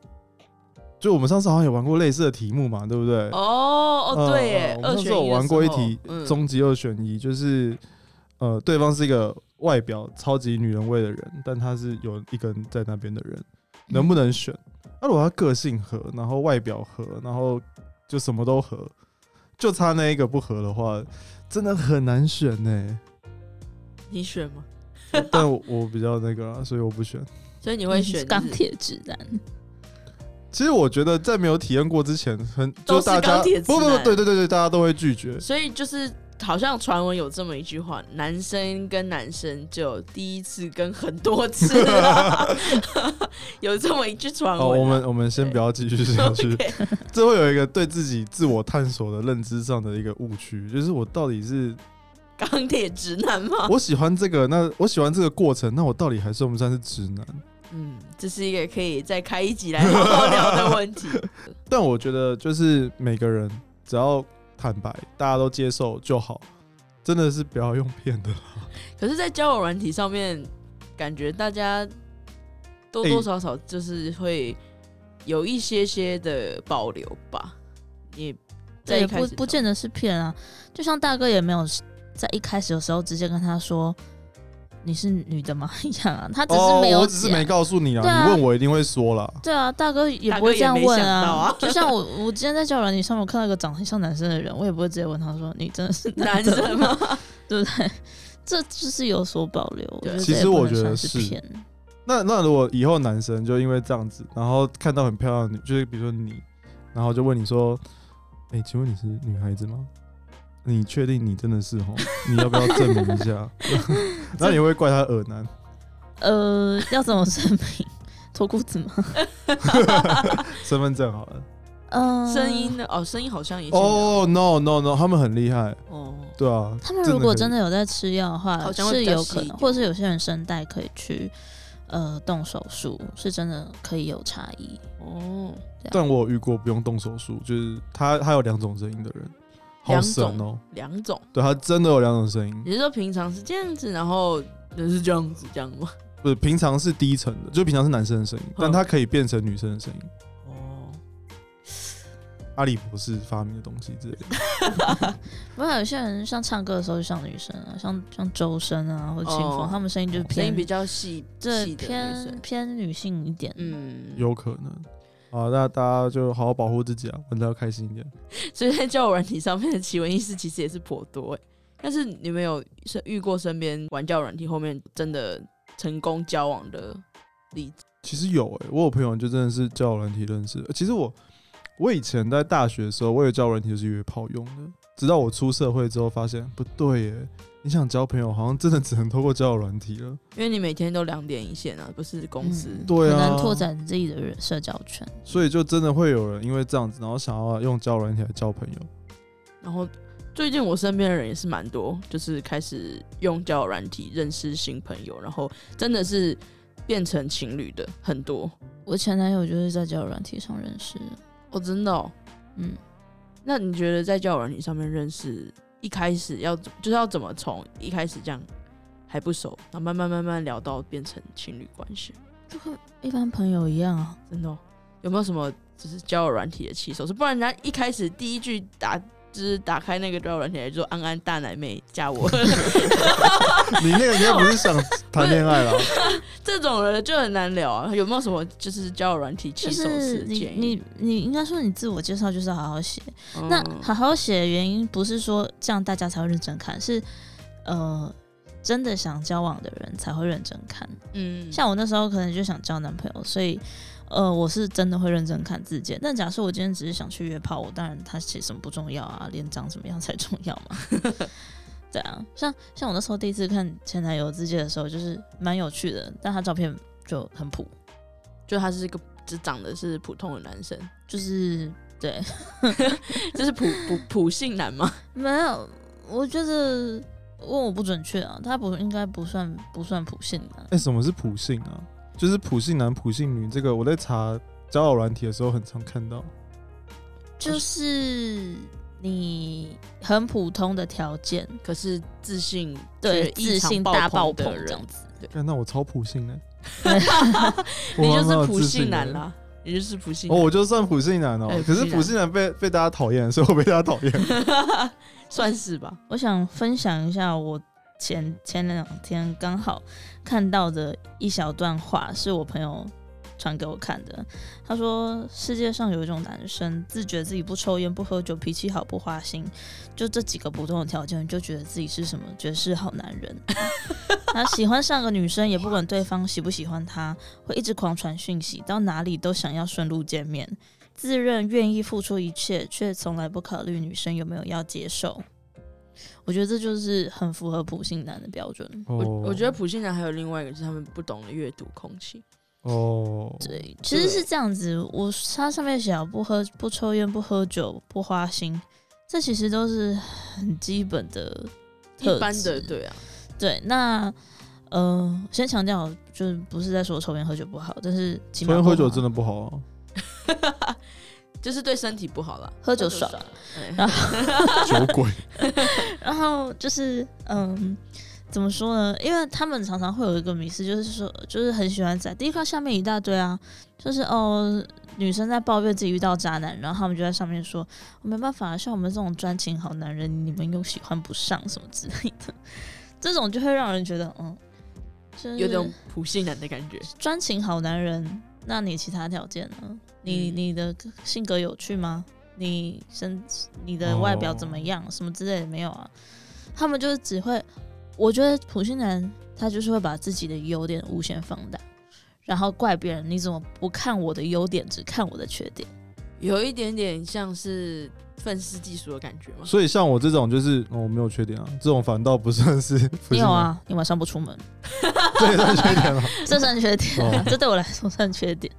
A: 就我们上次好像有玩过类似的题目嘛，对不对？
B: 哦哦，
A: 嗯
B: 对
A: 呃
B: 耶，
A: 我们
B: 二
A: 上次
B: 选
A: 有
B: 一的
A: 玩过一
B: 时候
A: 题
B: 嗯
A: 终极二选一，就是呃，对方是一个外表超级女人味的人，但他是有一个人在那边的人，能不能选？那、如果他个性合，然后外表合，然后就什么都合，就差那一个不合的话，真的很难选 呢、
B: 你选吗？
A: 但我我比较那个啊啦，所以我不选。
B: 所以你
C: 你
B: 会选
C: 钢
B: 就是
C: 嗯铁直男？
A: 其实我觉得在没有体验过之前，很
B: 都
A: 就是大家
B: 钢铁直
A: 不不不
B: 男
A: 对对对对，大家都会拒绝。
B: 所以就是好像传闻有这么一句话，男生跟男生就有第一次跟很多 次 啊、有这么一句传闻啊、，
A: 好，哦我们我们先不要继续下去
B: OK，
A: 这会有一个对自己自我探索的认知上的一个误区，就是我到底是
B: 钢铁直男吗？
A: 我喜欢这个，那我喜欢这个过程，那我到底还算不算是直男？
B: 嗯，这是一个可以再开一集来好好聊的问题。
A: 但我觉得就是每个人只要坦白，大家都接受就好，真的是不要用骗的。
B: 可是，在交友软体上面，感觉大家多多少少就是会有一些些的保留吧。你在
C: 这
B: 一
C: 也
B: 开
C: 不
B: 始
C: 不见得是骗啊，就像大哥也没有在一开始的时候直接跟他说你是女的吗一样啊，他只是没有
A: 哦我
C: 讲。
A: 只是没告诉你
C: 对啊
A: 啊，你问我一定会说啦。
C: 对啊，大哥也
B: 大
C: 不
B: 哥
C: 会这
B: 也
C: 样
B: 没
C: 问
B: 想
C: 啊。
B: 到 啊
C: 就像我，我今天在交友软件上面我看到一个长得像男生的人，我也不会直接问他说：“你真的是
B: 男
C: 的
B: 生吗？
C: 对不对？ 这就是有所保留。我
B: 对啊
C: 觉得
A: 其
C: 这也
A: 实
C: 不
A: 我
C: 能
A: 觉
C: 算
A: 得
C: 是
A: 是
C: 骗。
A: 那那如果以后男生就因为这样子，然后看到很漂亮的女，就是比如说你，然后就问你说：“哎、请问你是女孩子吗？你确定你真的是吼？你要不要证明一 下？” 那你会怪他耳男，
C: 呃，要怎么证明？脱裤子 吗？
A: 身份证好了。
C: 嗯、
B: 声音呢？哦，声音好像也是
A: 哦、n o no no，他们很厉害，
B: 哦，
A: 对啊。
C: 他们如果真
A: 的
C: 的有在吃药的话，
B: 好像会
C: 是
B: 比较
C: 有
B: 细
C: 可
B: 一
C: 能，
B: 点
C: 或者是有些人声带可以去呃动手术，是真的可以有差异。
B: 哦，
A: 很，但我有遇过不用动手术，就是他他有两种声音的人，好
B: 两
A: 神
B: 种嗯
A: 哦、
B: 两种。
A: 对他真的有两种声音，
B: 你是说平常是这样子，然后就是这样子这样吗？
A: 不是平常是低沉的，就平常是男生的声音，
B: 嗯
A: 但他可以变成女生的声音。
B: 哦，
A: 阿里博士发明的东西之类的。
C: 不过有些人像唱歌的时候就像女生啊，像像周深啊或者清风，
B: 哦
C: 他们声音就是
B: 声
C: 偏
B: 音比较细，
C: 对
B: 细的女
C: 偏
B: 生
C: 偏女性一点。
B: 嗯，
A: 有可能。啊，那大家就好好保护自己啊，玩的要开心一点。
B: 所以在交友软体上面的奇闻异事其实也是颇多哎、但是你们有是遇过身边玩交友软体后面真的成功交往的例子？
A: 其实有诶、我有朋友就真的是交友软体认识的。呃其实我我以前在大学的时候，我有交友软体就是约炮用的，直到我出社会之后发现不对耶、你想交朋友好像真的只能透过交友软体了。
B: 因为你每天都两点一线啊，不是公司。
C: 嗯
A: 对啊
C: 可能拓展自己的人社交圈。
A: 所以就真的会有人因为这样子，然后想要用交友软体来交朋友。
B: 然后最近我身边的人也是蛮多，就是开始用交友软体认识新朋友，然后真的是变成情侣的很多。
C: 我前男友就是在交友软体上认识的，
B: 哦，真的、哦？
C: 嗯，
B: 那你觉得在交友软体上面认识，一开始要怎就是要怎么从一开始这样还不熟，然后慢慢慢慢聊到变成情侣关系？
C: 就跟一般朋友一样啊。
B: 真的哦、有没有什么就是交友软体的起手式？不然人家一开始第一句打就是打开那个交友软件，就说安安大奶妹加 我，
A: 你那个应该不是想谈恋 爱了，
B: 这种人就很难聊啊。有没有什么就是交友软体起手
C: 就
B: 式
C: 是
B: 的
C: 你
B: 建议？
C: 你你应该说你自我介绍就是好好写，
B: 嗯
C: 那好好写的原因不是说这样大家才会认真看，是呃真的想交往的人才会认真看。
B: 嗯
C: 像我那时候可能就想交男朋友，所以呃我是真的会认真看字界。但假设我今天只是想去约炮，我当然他写什么不重要啊，脸长什么样才重要嘛。 对啊，像像我那时候第一次看前男友字界的时候，就是蛮有趣的，但他照片就很普，
B: 就他是一个只长得是普通的男生，
C: 就是 对，
B: 这是普普普信男吗？
C: 没有，我觉得问我不准确啊，他不应该不算不算普信啊。
A: 哎、什么是普信啊？就是普信男、普信女，这个我在查交友软体的时候很常看到。
C: 就是你很普通的条件，
B: 可是自信
C: 对，
B: 却异
C: 自
B: 常
C: 信大爆
B: 的
C: 棚这
B: 人
C: 样，子。
A: 看，那我超普信的、 我
B: 你就
A: 蛮有
B: 是普
A: 自
B: 信
A: 的
B: 男。啦，你就是普信
A: 哦，
B: 男。
A: 我就算普信男哦、
B: 哎
A: 可是
B: 普信男
A: 普信男被被大家讨厌， 所以我被大家讨厌。
B: 算是吧。
C: 我想分享一下我前前两天刚好看到的一小段话，是我朋友传给我看的。他说：“世界上有一种男生，自觉自己不抽烟、不喝酒、脾气好、不花心，就这几个普通的条件，就觉得自己是什么绝世好男人。 他喜欢上个女生，也不管对方喜不喜欢他，会一直狂传讯息，到哪里都想要顺路见面。”自认愿意付出一切，却从来不考虑女生有没有要接受。我觉得这就是很符合普信男的标准。
A: 哦
B: 我我觉得普信男还有另外一个，就是他们不懂得阅读空气。
A: 哦，
C: 对，其实是这样子。我它上面写啊不喝、不抽烟、不喝酒、不花心，这其实都是很基本的特质
B: 一般的，对啊，
C: 对。那呃，先强调，就是不是在说抽烟喝酒不好，但是起
A: 抽
C: 码
A: 烟喝酒
C: 的
A: 真的不好、啊。
B: 就是对身体不好啦，
C: 喝酒爽。
B: 哎
C: 然
A: 酒鬼。
C: 然后就是嗯，怎么说呢？因为他们常常会有一个迷思，就是说，就是很喜欢在第一块下面一大堆啊，就是哦，女生在抱怨自己遇到渣男，然后他们就在上面说，没办法，像我们这种专情好男人，你们又喜欢不上什么之类的，这种就会让人觉得，嗯，就是
B: 有种普信男的感觉。
C: 专情好男人，那你其他条件呢？你
B: 嗯
C: 你的性格有趣吗？你身你的外表怎么样？
A: 哦
C: 什么之类的没有啊？他们就是只会，我觉得普信男他就是会把自己的优点无限放大，然后怪别人你怎么不看我的优点，只看我的缺点？
B: 有一点点像是愤世嫉俗的感觉嘛。
A: 所以像我这种就是、哦我没有缺点啊，这种反倒不算是。不是
C: 你 有啊？你晚上不出门，
A: 你，这也算缺点啊 了、
C: 这算缺点、
A: 哦
C: 啊，这对我来说算缺点。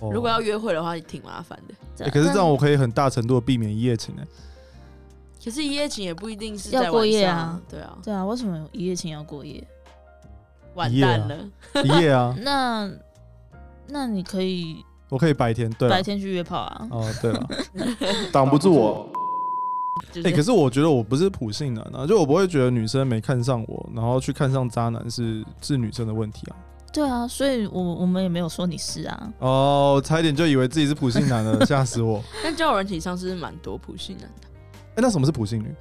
A: 哦
B: 如果要约会的话，也挺麻烦的。
C: 对
A: 欸可是这样
C: 那
A: 我可以很大程度的避免一夜情哎、
B: 可是一夜情也不一定是
C: 要
B: 在
C: 过
B: 晚
C: 夜
B: 上
C: 啊，
B: 对啊，
C: 对啊，为什么一夜情要过夜？
B: 完
A: 一夜啊
B: 蛋了。
A: 一夜啊，
C: 那那你可以
A: 我可以白天对啊
C: 白天去约炮啊。
A: 哦，对 了，挡不住我。
B: 就
A: 哎、可
B: 是
A: 是我觉得我不是普信男啊，就我不会觉得女生没看上我，然后去看上渣男是是女生的问题啊。
C: 对啊，所以我我们也没有说你是啊，
A: 哦，差一点就以为自己是普信男了，吓死我！
B: 但交友软体上是蛮多普信男的，
A: 哎、那什么是普信女？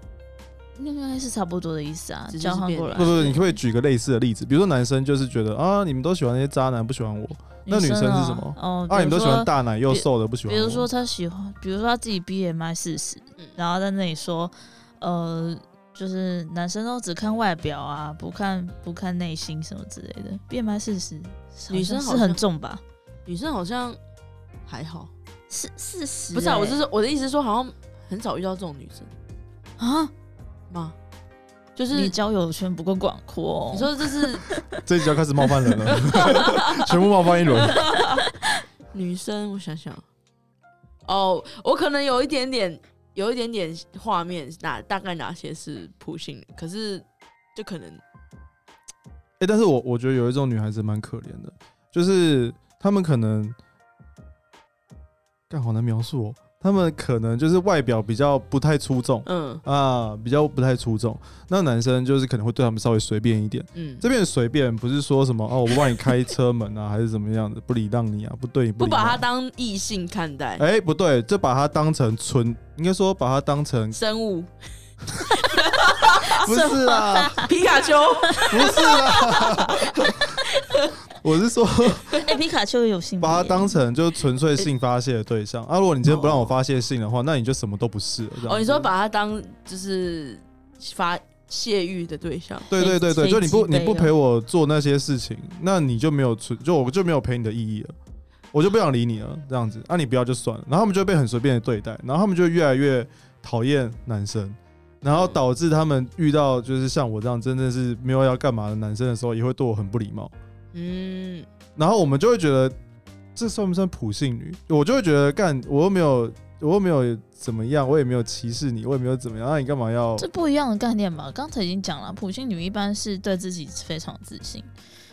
C: 应该是差不多的意思啊
B: 只，是
C: 交换
B: 变
C: 过
B: 了
C: 来
A: 不。不，不你可不可以举个类似的例子？比如说男生就是觉得啊，你们都喜欢那些渣男，不喜欢我；那女生
C: 啊
A: 是什么
C: 哦，
A: 啊，你们
C: 比
A: 都
C: 如
A: 喜
C: 说
A: 欢，大奶又瘦的，不喜欢
C: 比
A: 我。
C: 如说他喜欢，比如说他自己 BMI 四十，
B: 嗯，
C: 然后在那里说，呃，就是男生都只看外表啊，不看不看内心什么之类的。BMI 四十，
B: 女生好
C: 是很
B: 像
C: 重吧？
B: 女生好像还好，
C: 四四十？
B: 不是啊，我是
C: 欸
B: 说我的意思是说，好像很少遇到这种女生
C: 啊，
B: 吗？就是
C: 你交友圈不够广阔、哦。
B: 你说这 是
A: 这一集要开始冒犯人了，全部冒犯一轮。
B: 女生，我想想，哦，我可能有一点点，有一点点画面，哪大概哪些是普信的，可是就可能
A: 哎、但是我我觉得有一种女孩子蛮可怜的，就是她们可能，干好难描述哦。他们可能就是外表比较不太出众
B: 嗯
A: 啊，比较不太出众。那男生就是可能会对他们稍微随便一点。
B: 嗯，
A: 这边随便不是说什么哦，我帮你开车门啊，还是怎么样的，不礼让你啊，不对你
B: 不
A: 礼
B: 把
A: 让
B: 它当异性看待，
A: 哎、不对，这把它当成纯，应该说把它当成
B: 生物啊
A: 不是啦，
B: 皮卡丘，
A: 不是啦， 我是说
C: 哎，皮卡丘也有性别，
A: 把它当成就是纯粹性发泄的对象啊。如果你今天不让我发泄性的话，那你就什么都不是了。这样
B: 哦哦，你说把它当就是发泄欲的对象，
A: 对对对对，
C: 随
A: 就你不
C: 机
A: 你不
C: 被用
A: 陪我做那些事情，那你就没有存，就我就没有陪你的意义了。我就不想理你了，这样子，啊，你不要就算了。然后他们就被很随便的对待，然后他们就越来越讨厌男生，然
B: 嗯
A: 后导致他们遇到就是像我这样真的是没有要干嘛的男生的时候，也会对我很不礼貌。
B: 嗯，
A: 然后我们就会觉得这算不算普信女？我就会觉得干，我又没有，我又没有怎么样，我也没有歧视你，我也没有怎么样，那啊你干嘛要？
C: 这不一样的概念吧？刚才已经讲了，普信女一般是对自己非常自信，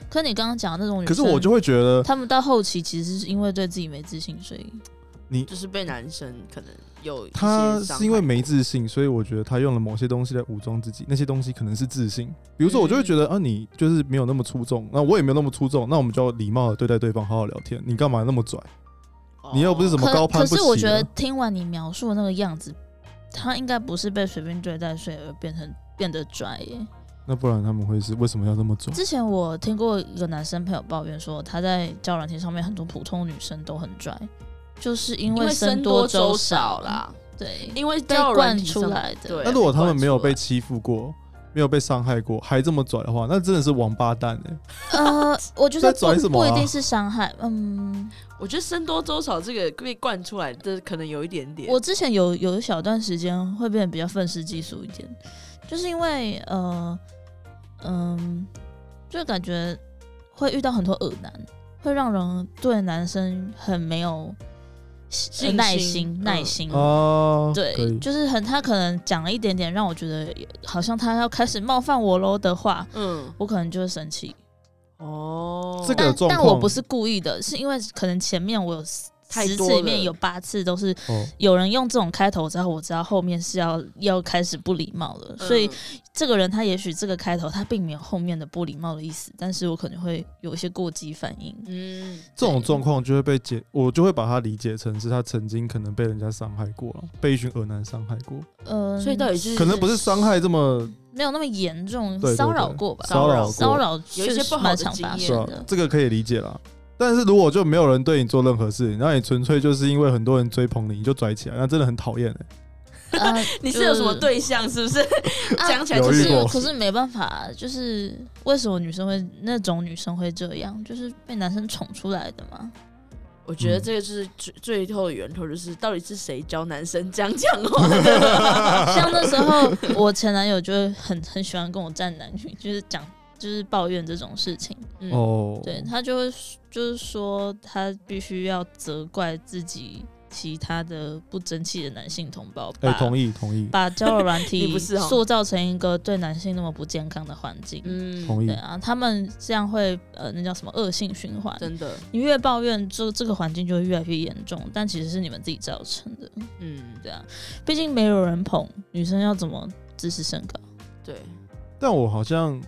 C: 可你刚刚讲的那种女
A: 可
C: 生，
A: 是我就会觉得
C: 他们到后期其实是因为对自己没自信，所以
B: 就是被男生可能有一些
A: 他
B: 伤
A: 是因为
B: 害
A: 没自信，所以我觉得他用了某些东西来武装自己，那些东西可能是自信。比如说，我就会觉得、
C: 嗯
A: 啊，你就是没有那么出众，那我也没有那么出众，那我们就要礼貌的对待对方，好好聊天。你干嘛那么拽？你又不是什
B: 哦
A: 么高攀
C: 可可
A: 不起
C: 是我觉得
A: 的
C: 听完你描述的那个样子，他应该不是被随便对待，所以而变成变得拽耶。
A: 那不然他们会是为什么要那么拽？
C: 之前我听过一个男生朋友抱怨说，他在交友软件上面很多普通女生都很拽，就是因
B: 因为
C: 僧
B: 僧多
C: 粥
B: 粥少，啦，
C: 对，
B: 因为
C: 被
B: 交友软
C: 惯
B: 体
C: 出
B: 上
C: 来的。
B: 对
A: 那如果他们没有
B: 被
A: 被
B: 灌
A: 欺负过，没有被伤害过，还这么拽的话，那真的是王八蛋哎、
C: 呃，我觉得
A: 在拽
C: 不
A: 什么
C: 不
A: 啊
C: 一定是伤害，嗯，
B: 我觉得僧多粥少这个被灌出来的可能有一点点。
C: 我之前有有一小段时间会变得比较愤世嫉俗一点，就是因为呃嗯、就感觉会遇到很多恶男，会让人对男生很没有
B: 信
C: 耐
B: 心
C: 心
B: 嗯
C: 耐心。
A: 哦、可
C: 对，
A: 以
C: 就是很，他可能讲了一点点，让我觉得好像他要开始冒犯我喽的话，
B: 嗯，
C: 我可能就会生气。
B: 哦，
A: 这个
C: 但
A: 状
C: 但我
A: 况
C: 不是故意的，是因为可能前面我有十
B: 太
C: 十
B: 多
C: 次里
B: 了
C: 面有八次都是
A: 哦，
C: 有人用这种开头之后，我知道后面是要要开始不礼貌了，所以
B: 嗯
C: 这个人他也许这个开头他并没有后面的不礼貌的意思，但是我可能会有一些过激反应。
B: 嗯，
A: 这种状况就会被解，我就会把它理解成是他曾经可能被人家伤害过了，被一群恶男伤害过，
C: 呃，
B: 所以到底是
A: 可能不是伤害这么
C: 没有那么严重
A: 对对，对
C: 骚扰过吧？
A: 骚
B: 扰
A: 过
C: 骚扰
B: 有一些不好
C: 蛮
B: 的
C: 常发
B: 经
A: 是
C: 生
A: 吧
C: 的？。
A: 这个可以理解啦。但是如果就没有人对你做任何事情，然后你纯粹就是因为很多人追捧你，你就拽起来，那真的很讨厌欸
C: 呃，
B: 你是有什么
C: 就是
B: 对象是不是？
C: 啊
B: 讲起来
A: 有
B: 就
C: 可
A: 遇
C: 是
B: 是
A: 过
C: 可是没办法，就是为什么女生会那种女生会这样，就是被男生宠出来的嘛？
B: 我觉得
A: 嗯
B: 这个就是最最后的源头，就是到底是谁教男生这样讲话的？
C: 像那时候我前男友就会很很喜欢跟我站男女，就是讲就是抱怨这种事情，
B: 嗯，
A: 哦。
C: 对他就会就是说他必须要责怪自己其他的不争气的男性同胞，
A: 哎、
C: 把、
A: 同意同意
C: 把交友软
B: 你
C: 体
B: 不是哦
C: 塑造成一个对男性那么不健康的环境。
B: 嗯，
A: 同意
C: 对，啊，他们这样会呃，那叫什么恶性循环？
B: 真的，
C: 你越抱怨，这这个环境就会越来越严重，但其实是你们自己造成的。
B: 嗯，
C: 对啊，毕竟没有人捧，女生要怎么自视身高？
B: 对，
A: 但我好像，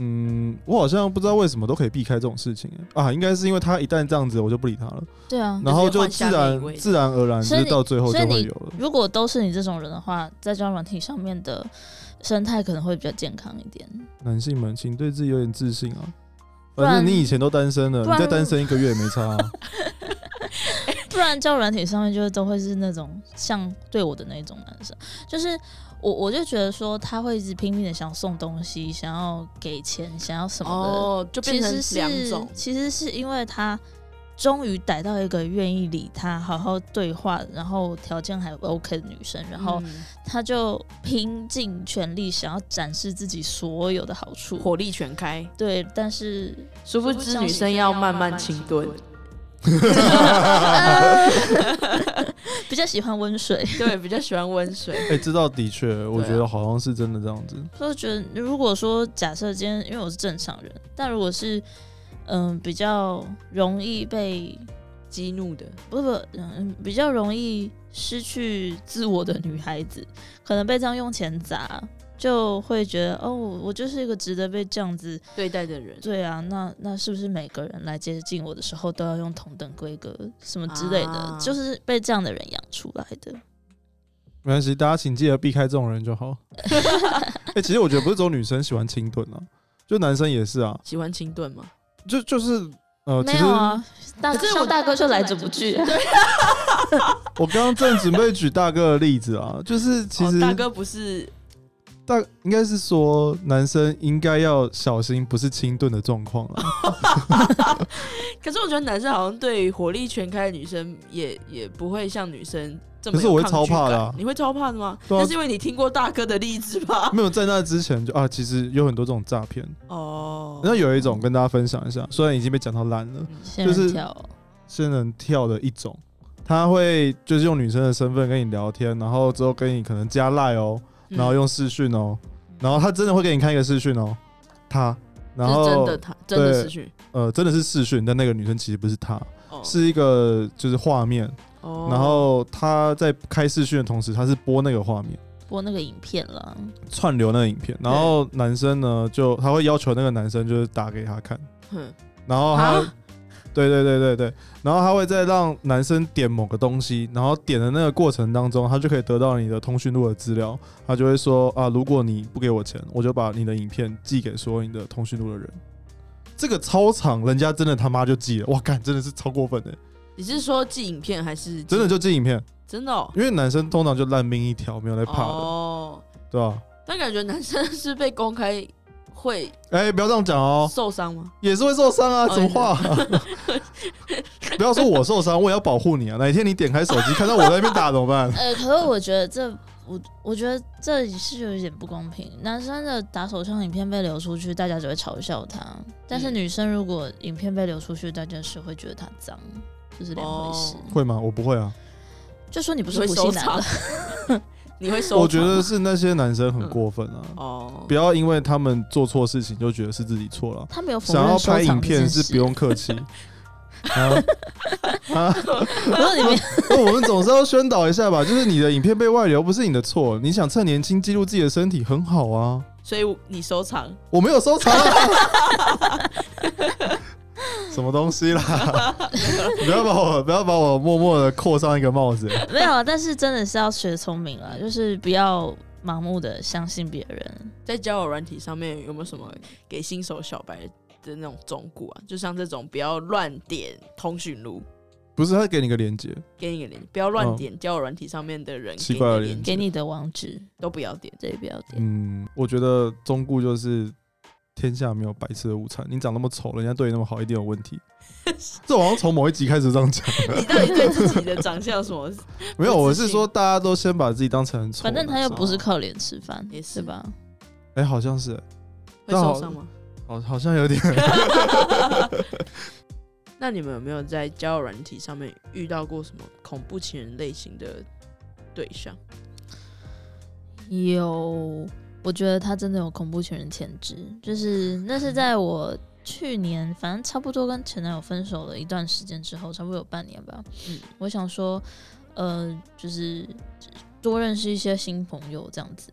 A: 嗯，我好像不知道为什么都可以避开这种事情欸啊，应该是因为他一旦这样子，我就不理他了，
C: 对啊，
A: 然后
B: 就
A: 就是自
B: 换下面一
A: 然
B: 位
A: 自然而然，就
C: 所以
A: 是
C: 你
A: 到最后
C: 所以
A: 就会
C: 你
A: 有了。
C: 如果都是你这种人的话，在交友软体上面的生态可能会比较健康一点。
A: 男性们，请对自己有点自信啊。
C: 不然
A: 反正你以前都单身了，
C: 不然
A: 你再单身一个月也没差、 啊。
C: 不然交友软体上面就是都会是那种像对我的那种男生，就是我我就觉得说他会一直拼命的想送东西，想要给钱，想要什么的。
B: 哦，就变
C: 其
B: 成
C: 实是
B: 两种，
C: 其实是因为他终于逮到一个愿意理他、好好对话，然后条件还 OK 的女生，然后
B: 嗯
C: 他就拼尽全力想要展示自己所有的好处。
B: 火力全开，
C: 对，但是
B: 殊不知女生要慢慢清炖，
C: 呃比较喜欢温水，
B: 对，比较喜欢温水，
A: 哎、这倒的确，
C: 啊
A: 我觉得好像是真的这样子。
C: 所以我觉得如果说假设今天因为我是正常人，但如果是嗯、比较容易被
B: 激怒的，
C: 不不，嗯，比较容易失去自我的女孩子，可能被这样用钱砸，就会觉得哦，我就是一个值得被这样子。
B: 对待的人，
C: 对啊，那那是不是每个人来接近我的时候都要用同等规格什么之类的？
B: 啊
C: 就是被这样的人养出来的。
A: 没关系，大家请记得避开这种人就 好。哎、其实我觉得不是只有女生喜欢清炖啊，就男生也是啊，
B: 喜欢清炖吗？
A: 就就是呃，其
C: 没
A: 实
C: 有啊，大
B: 可是
C: 像
B: 我
C: 大哥就来者不拒、啊。
A: 我刚刚正准备举大哥的例子啊，就是其实
B: 哦、大哥不是
A: 大应该是说男生应该要小心，不是清炖的状况了。
B: 可是我觉得男生好像对火力全开的女生也也不会像女生这么
A: 可是
B: 有
A: 我会
B: 抗
A: 超
B: 拒
A: 怕
B: 感
A: 的啊
B: 你会超怕的吗？
A: 对啊
B: 那是因为你听过大哥的例子吧？
A: 没有在那之前就啊，其实有很多这种诈骗。
B: 哦，
A: 那有一种跟大家分享一下，虽然已经被讲到烂了，
C: 仙
A: 就是
C: 人跳，
A: 仙人跳的一种，他会就是用女生的身份跟你聊天，然后之后跟你可能加赖哦，然后
B: 又
A: 用视讯哦，然后他真的会给你看一个视讯哦，他，然后
B: 真的他真的
A: 对
B: 失去，
A: 呃真的是视讯，但那个女生其实不是他，
B: 哦
A: 是一个就是画面，
B: 哦，
A: 然后他在开视讯的同时，他是播那个画面。
C: 播那个影片了，
A: 串流那个影片，然后男生呢就他会要求那个男生就是打给他看，
B: 哼啊
A: 然后他，对对对对对，然后他会再让男生点某个东西，然后点的那个过程当中，他就可以得到你的通讯录的资料，他就会说啊，如果你不给我钱，我就把你的影片寄给所有你的通讯录的人。这个超场，人家真的他妈就寄了，哇，干，真的是超过分的，
B: 你是说寄影片还是寄
A: 真的就寄影片，
B: 真的哦？
A: 因为男生通常就烂命一条，没有在怕的，
B: 哦，
A: 对吧、
B: 但感觉男生是被公开会
A: 哎、不要这样讲哦，
B: 受伤吗？
A: 也是会受伤啊，
B: 哦
A: 怎么话、 不要说我受伤，我也要保护你啊！哪一天你点开手 机看到我在那边打怎么办？
C: 呃，可是我觉得这，我我觉得这也是有一点不公平。男生的打手枪影片被流出去，大家只会嘲笑他；但是
B: 嗯
C: 女生如果影片被流出去，大家是会觉得她脏，这是两回事。
B: 哦
A: 会吗？我不会啊，
C: 就说你不
B: 你
C: 是
B: 会
C: 普
B: 收
C: 信男
B: 藏
C: 的，？
B: 你 会收藏吗？
A: 我觉得是那些男生很
C: 嗯
A: 过分啊！
B: 哦
A: 不，要因为他们做错事情就觉得是自己错了。
C: 他没有否
A: 想
C: 认
A: 要
C: 收
A: 拍
C: 藏
A: 影
C: 这件
A: 片是
C: 事
A: 不， 用客气啊啊！
C: 不是你们
A: 那我们总是要宣导一下吧，就是你的影片被外流不是你的错，你想趁年轻记录自己的身体很好啊。
B: 所以你收藏
A: 我没有收藏、啊， 什么东西啦？ 不要把我不要把我默默的扣上一个帽子。
C: 没有啊，但是真的是要学聪明了，就是不要盲目的相信别人。
B: 在交友软体上面有没有什么给新手小白的那种忠告啊？就像这种不要乱点通讯录，
A: 不是，他给你个连接，
B: 给你个连，不要乱点交友软体上面的人
A: 嗯奇
B: 给你
A: 怪
B: 的
A: 的
B: 连
A: 连
B: 接，
C: 给你的网址，
B: 都不要点。
C: 对，不要点。
A: 嗯，我觉得中顾就是天下没有白吃的午餐。你长那么丑，人家对你那么好，一定有问题。这好像从某一集开始这样讲
B: 你
A: 的，
B: 到底对自己的长相有什 么？
A: 没有，我是说大家都先把自己当成很丑的
C: 反
A: 男生啊。
C: 正他又不是靠脸吃饭，
B: 也是
C: 是吧？
A: 哎、好像是，
B: 会受伤吗？
A: 好，好像有 点。
B: 那你们有没有在交友软体上面遇到过什么恐怖情人类型的对象？
C: 有，我觉得他真的有恐怖情人潜质，就是那是在我去年，反正差不多跟前男友分手了一段时间之后，差不多有半年吧。
B: 嗯
C: 我想说，呃，就是多认识一些新朋友这样子。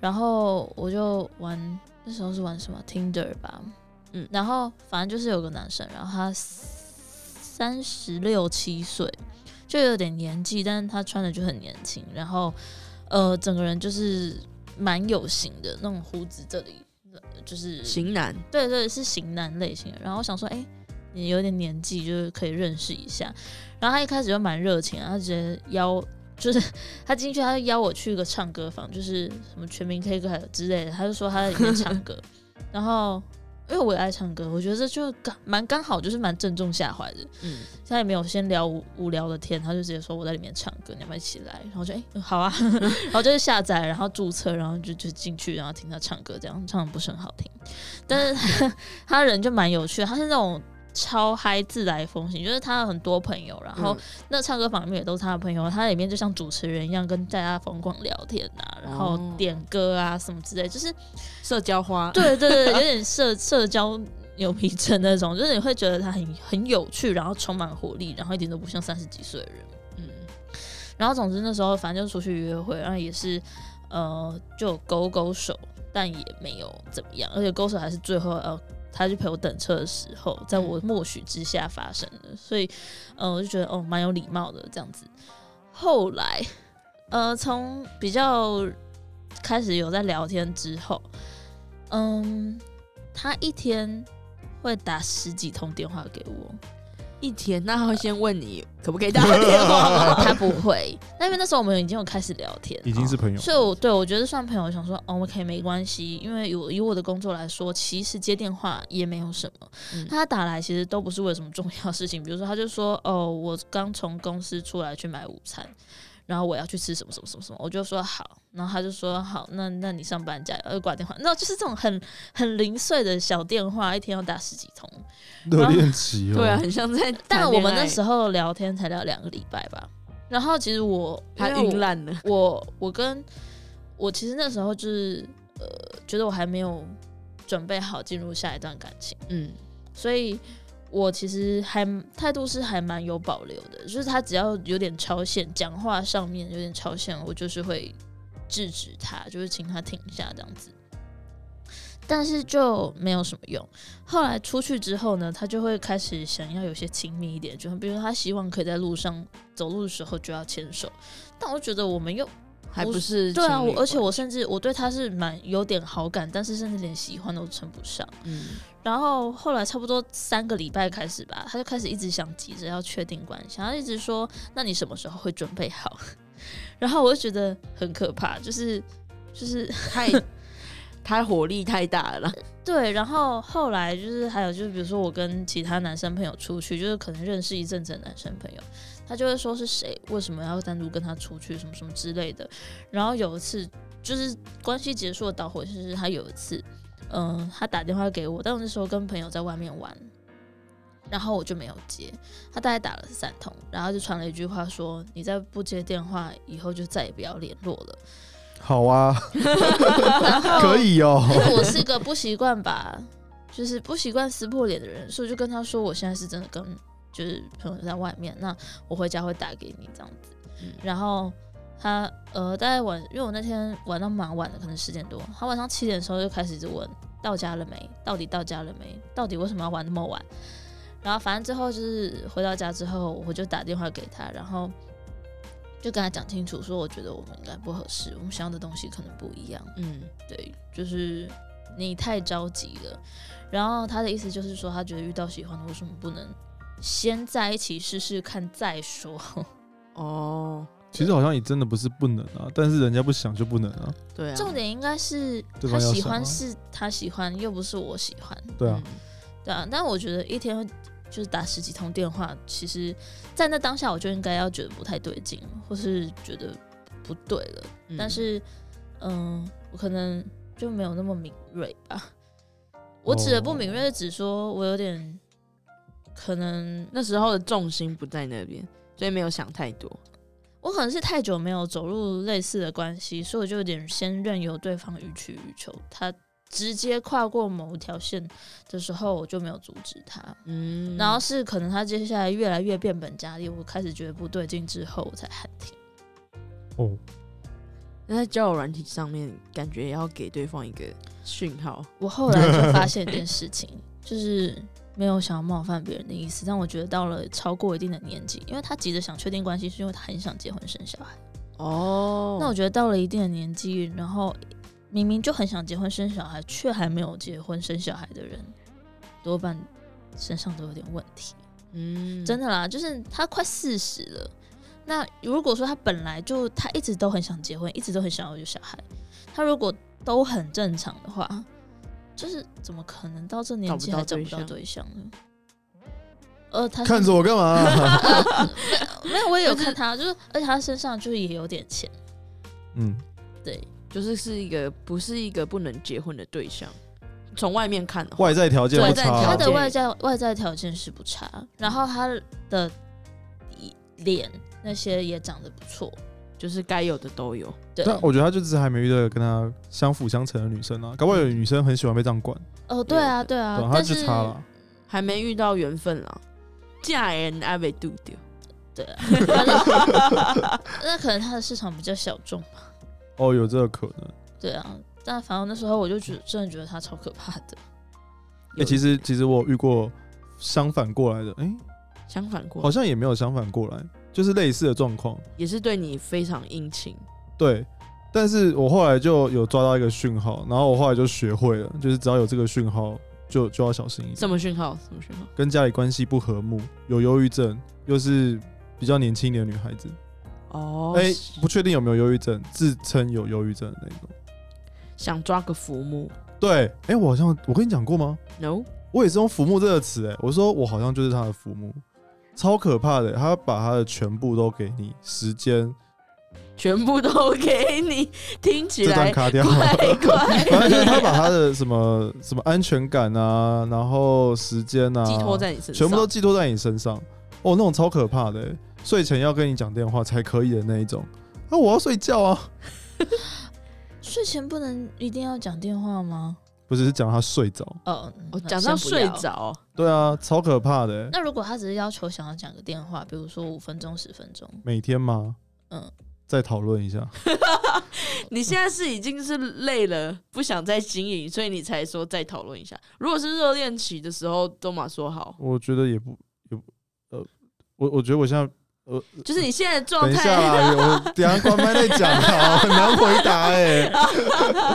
C: 然后我就玩，那时候是玩什么 Tinder 吧，
B: 嗯
C: 嗯，然后反正就是有个男生，然后他三十六七岁，就有点年纪，但是他穿的就很年轻，然后呃，整个人就是蛮有型的那种胡子这里，呃就是
B: 型男，
C: 对对，是型男类型的。然后我想说，哎、你有点年纪，就是可以认识一下。然后他一开始就蛮热情的，他直接邀，就是他进去，他就邀我去一个唱歌房，就是什么全民 K 歌还有之类的。他就说他在里面唱歌， 然后因为我也爱唱歌，我觉得这就刚蛮刚好，就是蛮正中下怀的。
B: 嗯，
C: 他也没有先聊无无聊的天，他就直接说我在里面唱歌，你要不要一起来？然后我就哎、嗯好啊， 然后就是下载，然后注册，然后就就进去，然后听他唱歌，这样唱的不是很好听，但是 他他人就蛮有趣的，他是那种。超嗨自来风行，就是他有很多朋友，然后
B: 嗯
C: 那唱歌房里面也都是他的朋友，他里面就像主持人一样跟大家疯狂聊天啊，然后
B: 哦
C: 点歌啊什么之类，就是
B: 社交花，
C: 对对对，有点社社交牛皮症那种，就是你会觉得他很很有趣，然后充满活力，然后一点都不像三十几岁的人。
B: 嗯，
C: 然后总之那时候反正就出去约会，然后也是呃就勾勾手，但也没有怎么样，而且勾手还是最后呃他去陪我等车的时候，在我默许之下发生的，所以呃我就觉得哦蛮有礼貌的这样子。后来呃从比较开始有在聊天之后，嗯，他一天会打十几通电话给我，
B: 一天，那他会先问你可不可以打个电话 吗？
C: 他不会，那因为那时候我们已经有开始聊天，
A: 已经是朋友，
C: 所以我对我觉得算朋友，想说哦，OK，没关系，因为以我以我的工作来说，其实接电话也没有什么。
B: 嗯
C: 他打来其实都不是为了什么重要的事情，比如说他就说哦，我刚从公司出来去买午餐，然后我要去吃什么什么什么什么，我就说好，然后他就说好，那那你上班加油，呃挂电话，那就是这种很很零碎的小电话，一天要打十几通。
A: 热恋期哦，
B: 对啊，很像在谈恋爱。
C: 但我们那时候聊天才聊两个礼拜吧，然后其实我
B: 他
C: 因为我
B: 晕烂了，
C: 我我跟我其实那时候就是呃，觉得我还没有准备好进入下一段感情，
B: 嗯，
C: 所以我其实还态度是还蛮有保留的，就是他只要有点超线，讲话上面有点超线，我就是会制止他，就是请他停下这样子。但是就没有什么用。后来出去之后呢，他就会开始想要有些亲密一点，就比如说他希望可以在路上走路的时候就要牵手，但我觉得我们又
B: 还不是
C: 对啊，
B: 情侣
C: 我而且
B: 关
C: 我甚至我对他是蛮有点好感，但是甚至连喜欢都称不上。
B: 嗯
C: 然后后来差不多三个礼拜开始吧，他就开始一直想急着要确定关系，他一直说：“那你什么时候会准备好？” 然后我就觉得很可怕，就是就是
B: 太他火力 太大了啦，
C: 对，然后后来就是还有就是，比如说我跟其他男生朋友出去，就是可能认识一阵子的男生朋友，他就会说是谁，为什么要单独跟他出去，什么什么之类的。然后有一次就是关系结束的导火线是他有一次，嗯、他打电话给我，但我那时候跟朋友在外面玩，然后我就没有接，他大概打了三通，然后就传了一句话说：“你再不接电话，以后就再也不要联络了。”
A: 好啊，
C: 然后
A: 可以哦，
C: 因为我是个不习惯把，就是不习惯撕破脸的人，所以我就跟他说，我现在是真的跟就是朋友在外面，那我回家会打给你这样子。
B: 嗯
C: 然后他呃，大概晚，因为我那天玩到蛮晚的，可能十点多，他晚上七点的时候就开始一直问到家了没，到底到家了没，到底为什么要玩那么晚。然后反正最后就是回到家之后，我就打电话给他，然后就跟他讲清楚，说我觉得我们应该不合适，我们想要的东西可能不一样。
B: 嗯，
C: 对，就是你太着急了。然后他的意思就是说，他觉得遇到喜欢的，为什么不能先在一起试试看再说？
B: 哦，
A: 其实好像也真的不是不能啊，但是人家不想就不能啊，
B: 对啊，
C: 重点应该是
A: 对
C: 他
A: 方要
C: 喜
A: 什
C: 欢
A: 么
C: 是他喜欢，又不是我喜欢，
A: 对啊，
B: 嗯
C: 对啊。但我觉得一天就是打十几通电话，其实，在那当下我就应该要觉得不太对劲，或是觉得不对了。
B: 嗯
C: 但是，嗯、我可能就没有那么敏锐 吧。我指的不敏锐，是指说我有点可能，
B: 那时候的重心不在那边，所以没有想太多。
C: 我可能是太久没有走入类似的关系，所以我就有点先任由对方予取予求。他直接跨过某条线的时候，我就没有阻止他。
B: 嗯，
C: 然后是可能他接下来越来越变本加厉，我开始觉得不对劲之后，我才喊停。
A: 哦，
B: 那在交友软体上面，感觉也要给对方一个讯号。
C: 我后来就发现一件事情，就是没有想要冒犯别人的意思，但我觉得到了超过一定的年纪，因为他急着想确定关系，是因为他很想结婚生小孩。
B: 哦
C: 那我觉得到了一定的年纪，然后明明就很想结婚生小孩，却还没有结婚生小孩的人，多半身上都有点问题。
B: 嗯
C: 真的啦，就是他快四十了。那如果说他本来就他一直都很想结婚，一直都很想要有小孩，他如果都很正常的话，就是怎么可能到这年纪还
B: 找
C: 找不
B: 不
C: 到
B: 到
C: 对象呢？呃，他
A: 看着我干嘛？
C: 没有，我也有看他，就是而且他身上就是也有点钱，
A: 嗯，
C: 对，
B: 就是是一个不是一个不能结婚的对象，从外面看的话，
A: 外在条件
B: 外
A: 不
B: 在
A: 差啊，
B: 条
C: 他的
B: 件
C: 外在外在条件是不差，然后他的脸那些也长得不错，
B: 就是该有的都有。
C: 对，
A: 但我觉得他就只是还没遇到有跟他相辅相成的女生啊，搞不好有女生很喜欢被这样管，
C: 哦，对啊，对啊
A: 对吧，，他
C: 但
A: 就是差了。
B: 还没遇到缘分啦，嫁人还没渡 掉。
C: 对啊，反正那可能他的市场比较小众吧，
A: 哦，有这个可能。
C: 对啊。但反正那时候我就觉真的觉得他超可怕的，
A: 哎、其实其实我有遇过相反过来的，哎、
B: 相反过
A: 好
B: 来，
A: 像也没有相反过来，就是类似的状况。
B: 也是对你非常殷勤。
A: 对，但是我后来就有抓到一个讯号，然后我后来就学会了，就是只要有这个讯号，就就要小心一
B: 什
A: 点。
B: 么讯号？什么讯号？
A: 跟家里关系不和睦，有忧郁症，又是比较年轻一点的女孩子，
B: 哦，
A: 哎、不确定有没有忧郁症，自称有忧郁症的那种。
B: 想抓个浮木
A: 对，哎、我好像我跟你讲过吗？
B: ？No，
A: 我也是用“浮木”这个词，哎，我说我好像就是他的浮木，超可怕的、他把他的全部都给你，时间
B: 全部都给你，听起
A: 这段
B: 来
A: 卡掉。
B: 怪
A: 反正就是
B: 怪，
A: 他把他的什么什么安全感啊，然后时间啊，
B: 寄托在你身上，
A: 全部都寄托在你身上。哦，那种超可怕的、欸，睡前要跟你讲电话才可以的那一种。啊，我要睡觉啊，
C: 睡前不能一定要讲电话吗？
A: 不是是讲他睡着。
C: 哦，
B: 哦，
C: 那
B: 讲到
C: 先不要
B: 睡。着，
A: 对啊，超可怕的、欸，
C: 那如果他只是要求想要讲个电话，比如说五分钟、十分钟，
A: 每天吗？
C: 嗯，
A: 再讨论一下。
B: 你现在是已经是累了，不想再经营，所以你才说再讨论一下。如果是热恋期的时候，都马说好，
A: 我觉得也不也不呃，我我觉得我现在呃
B: 就是你现在的状
A: 等一下
B: 态。
A: 啦，我等一下关麦再讲啊，很难回答哎、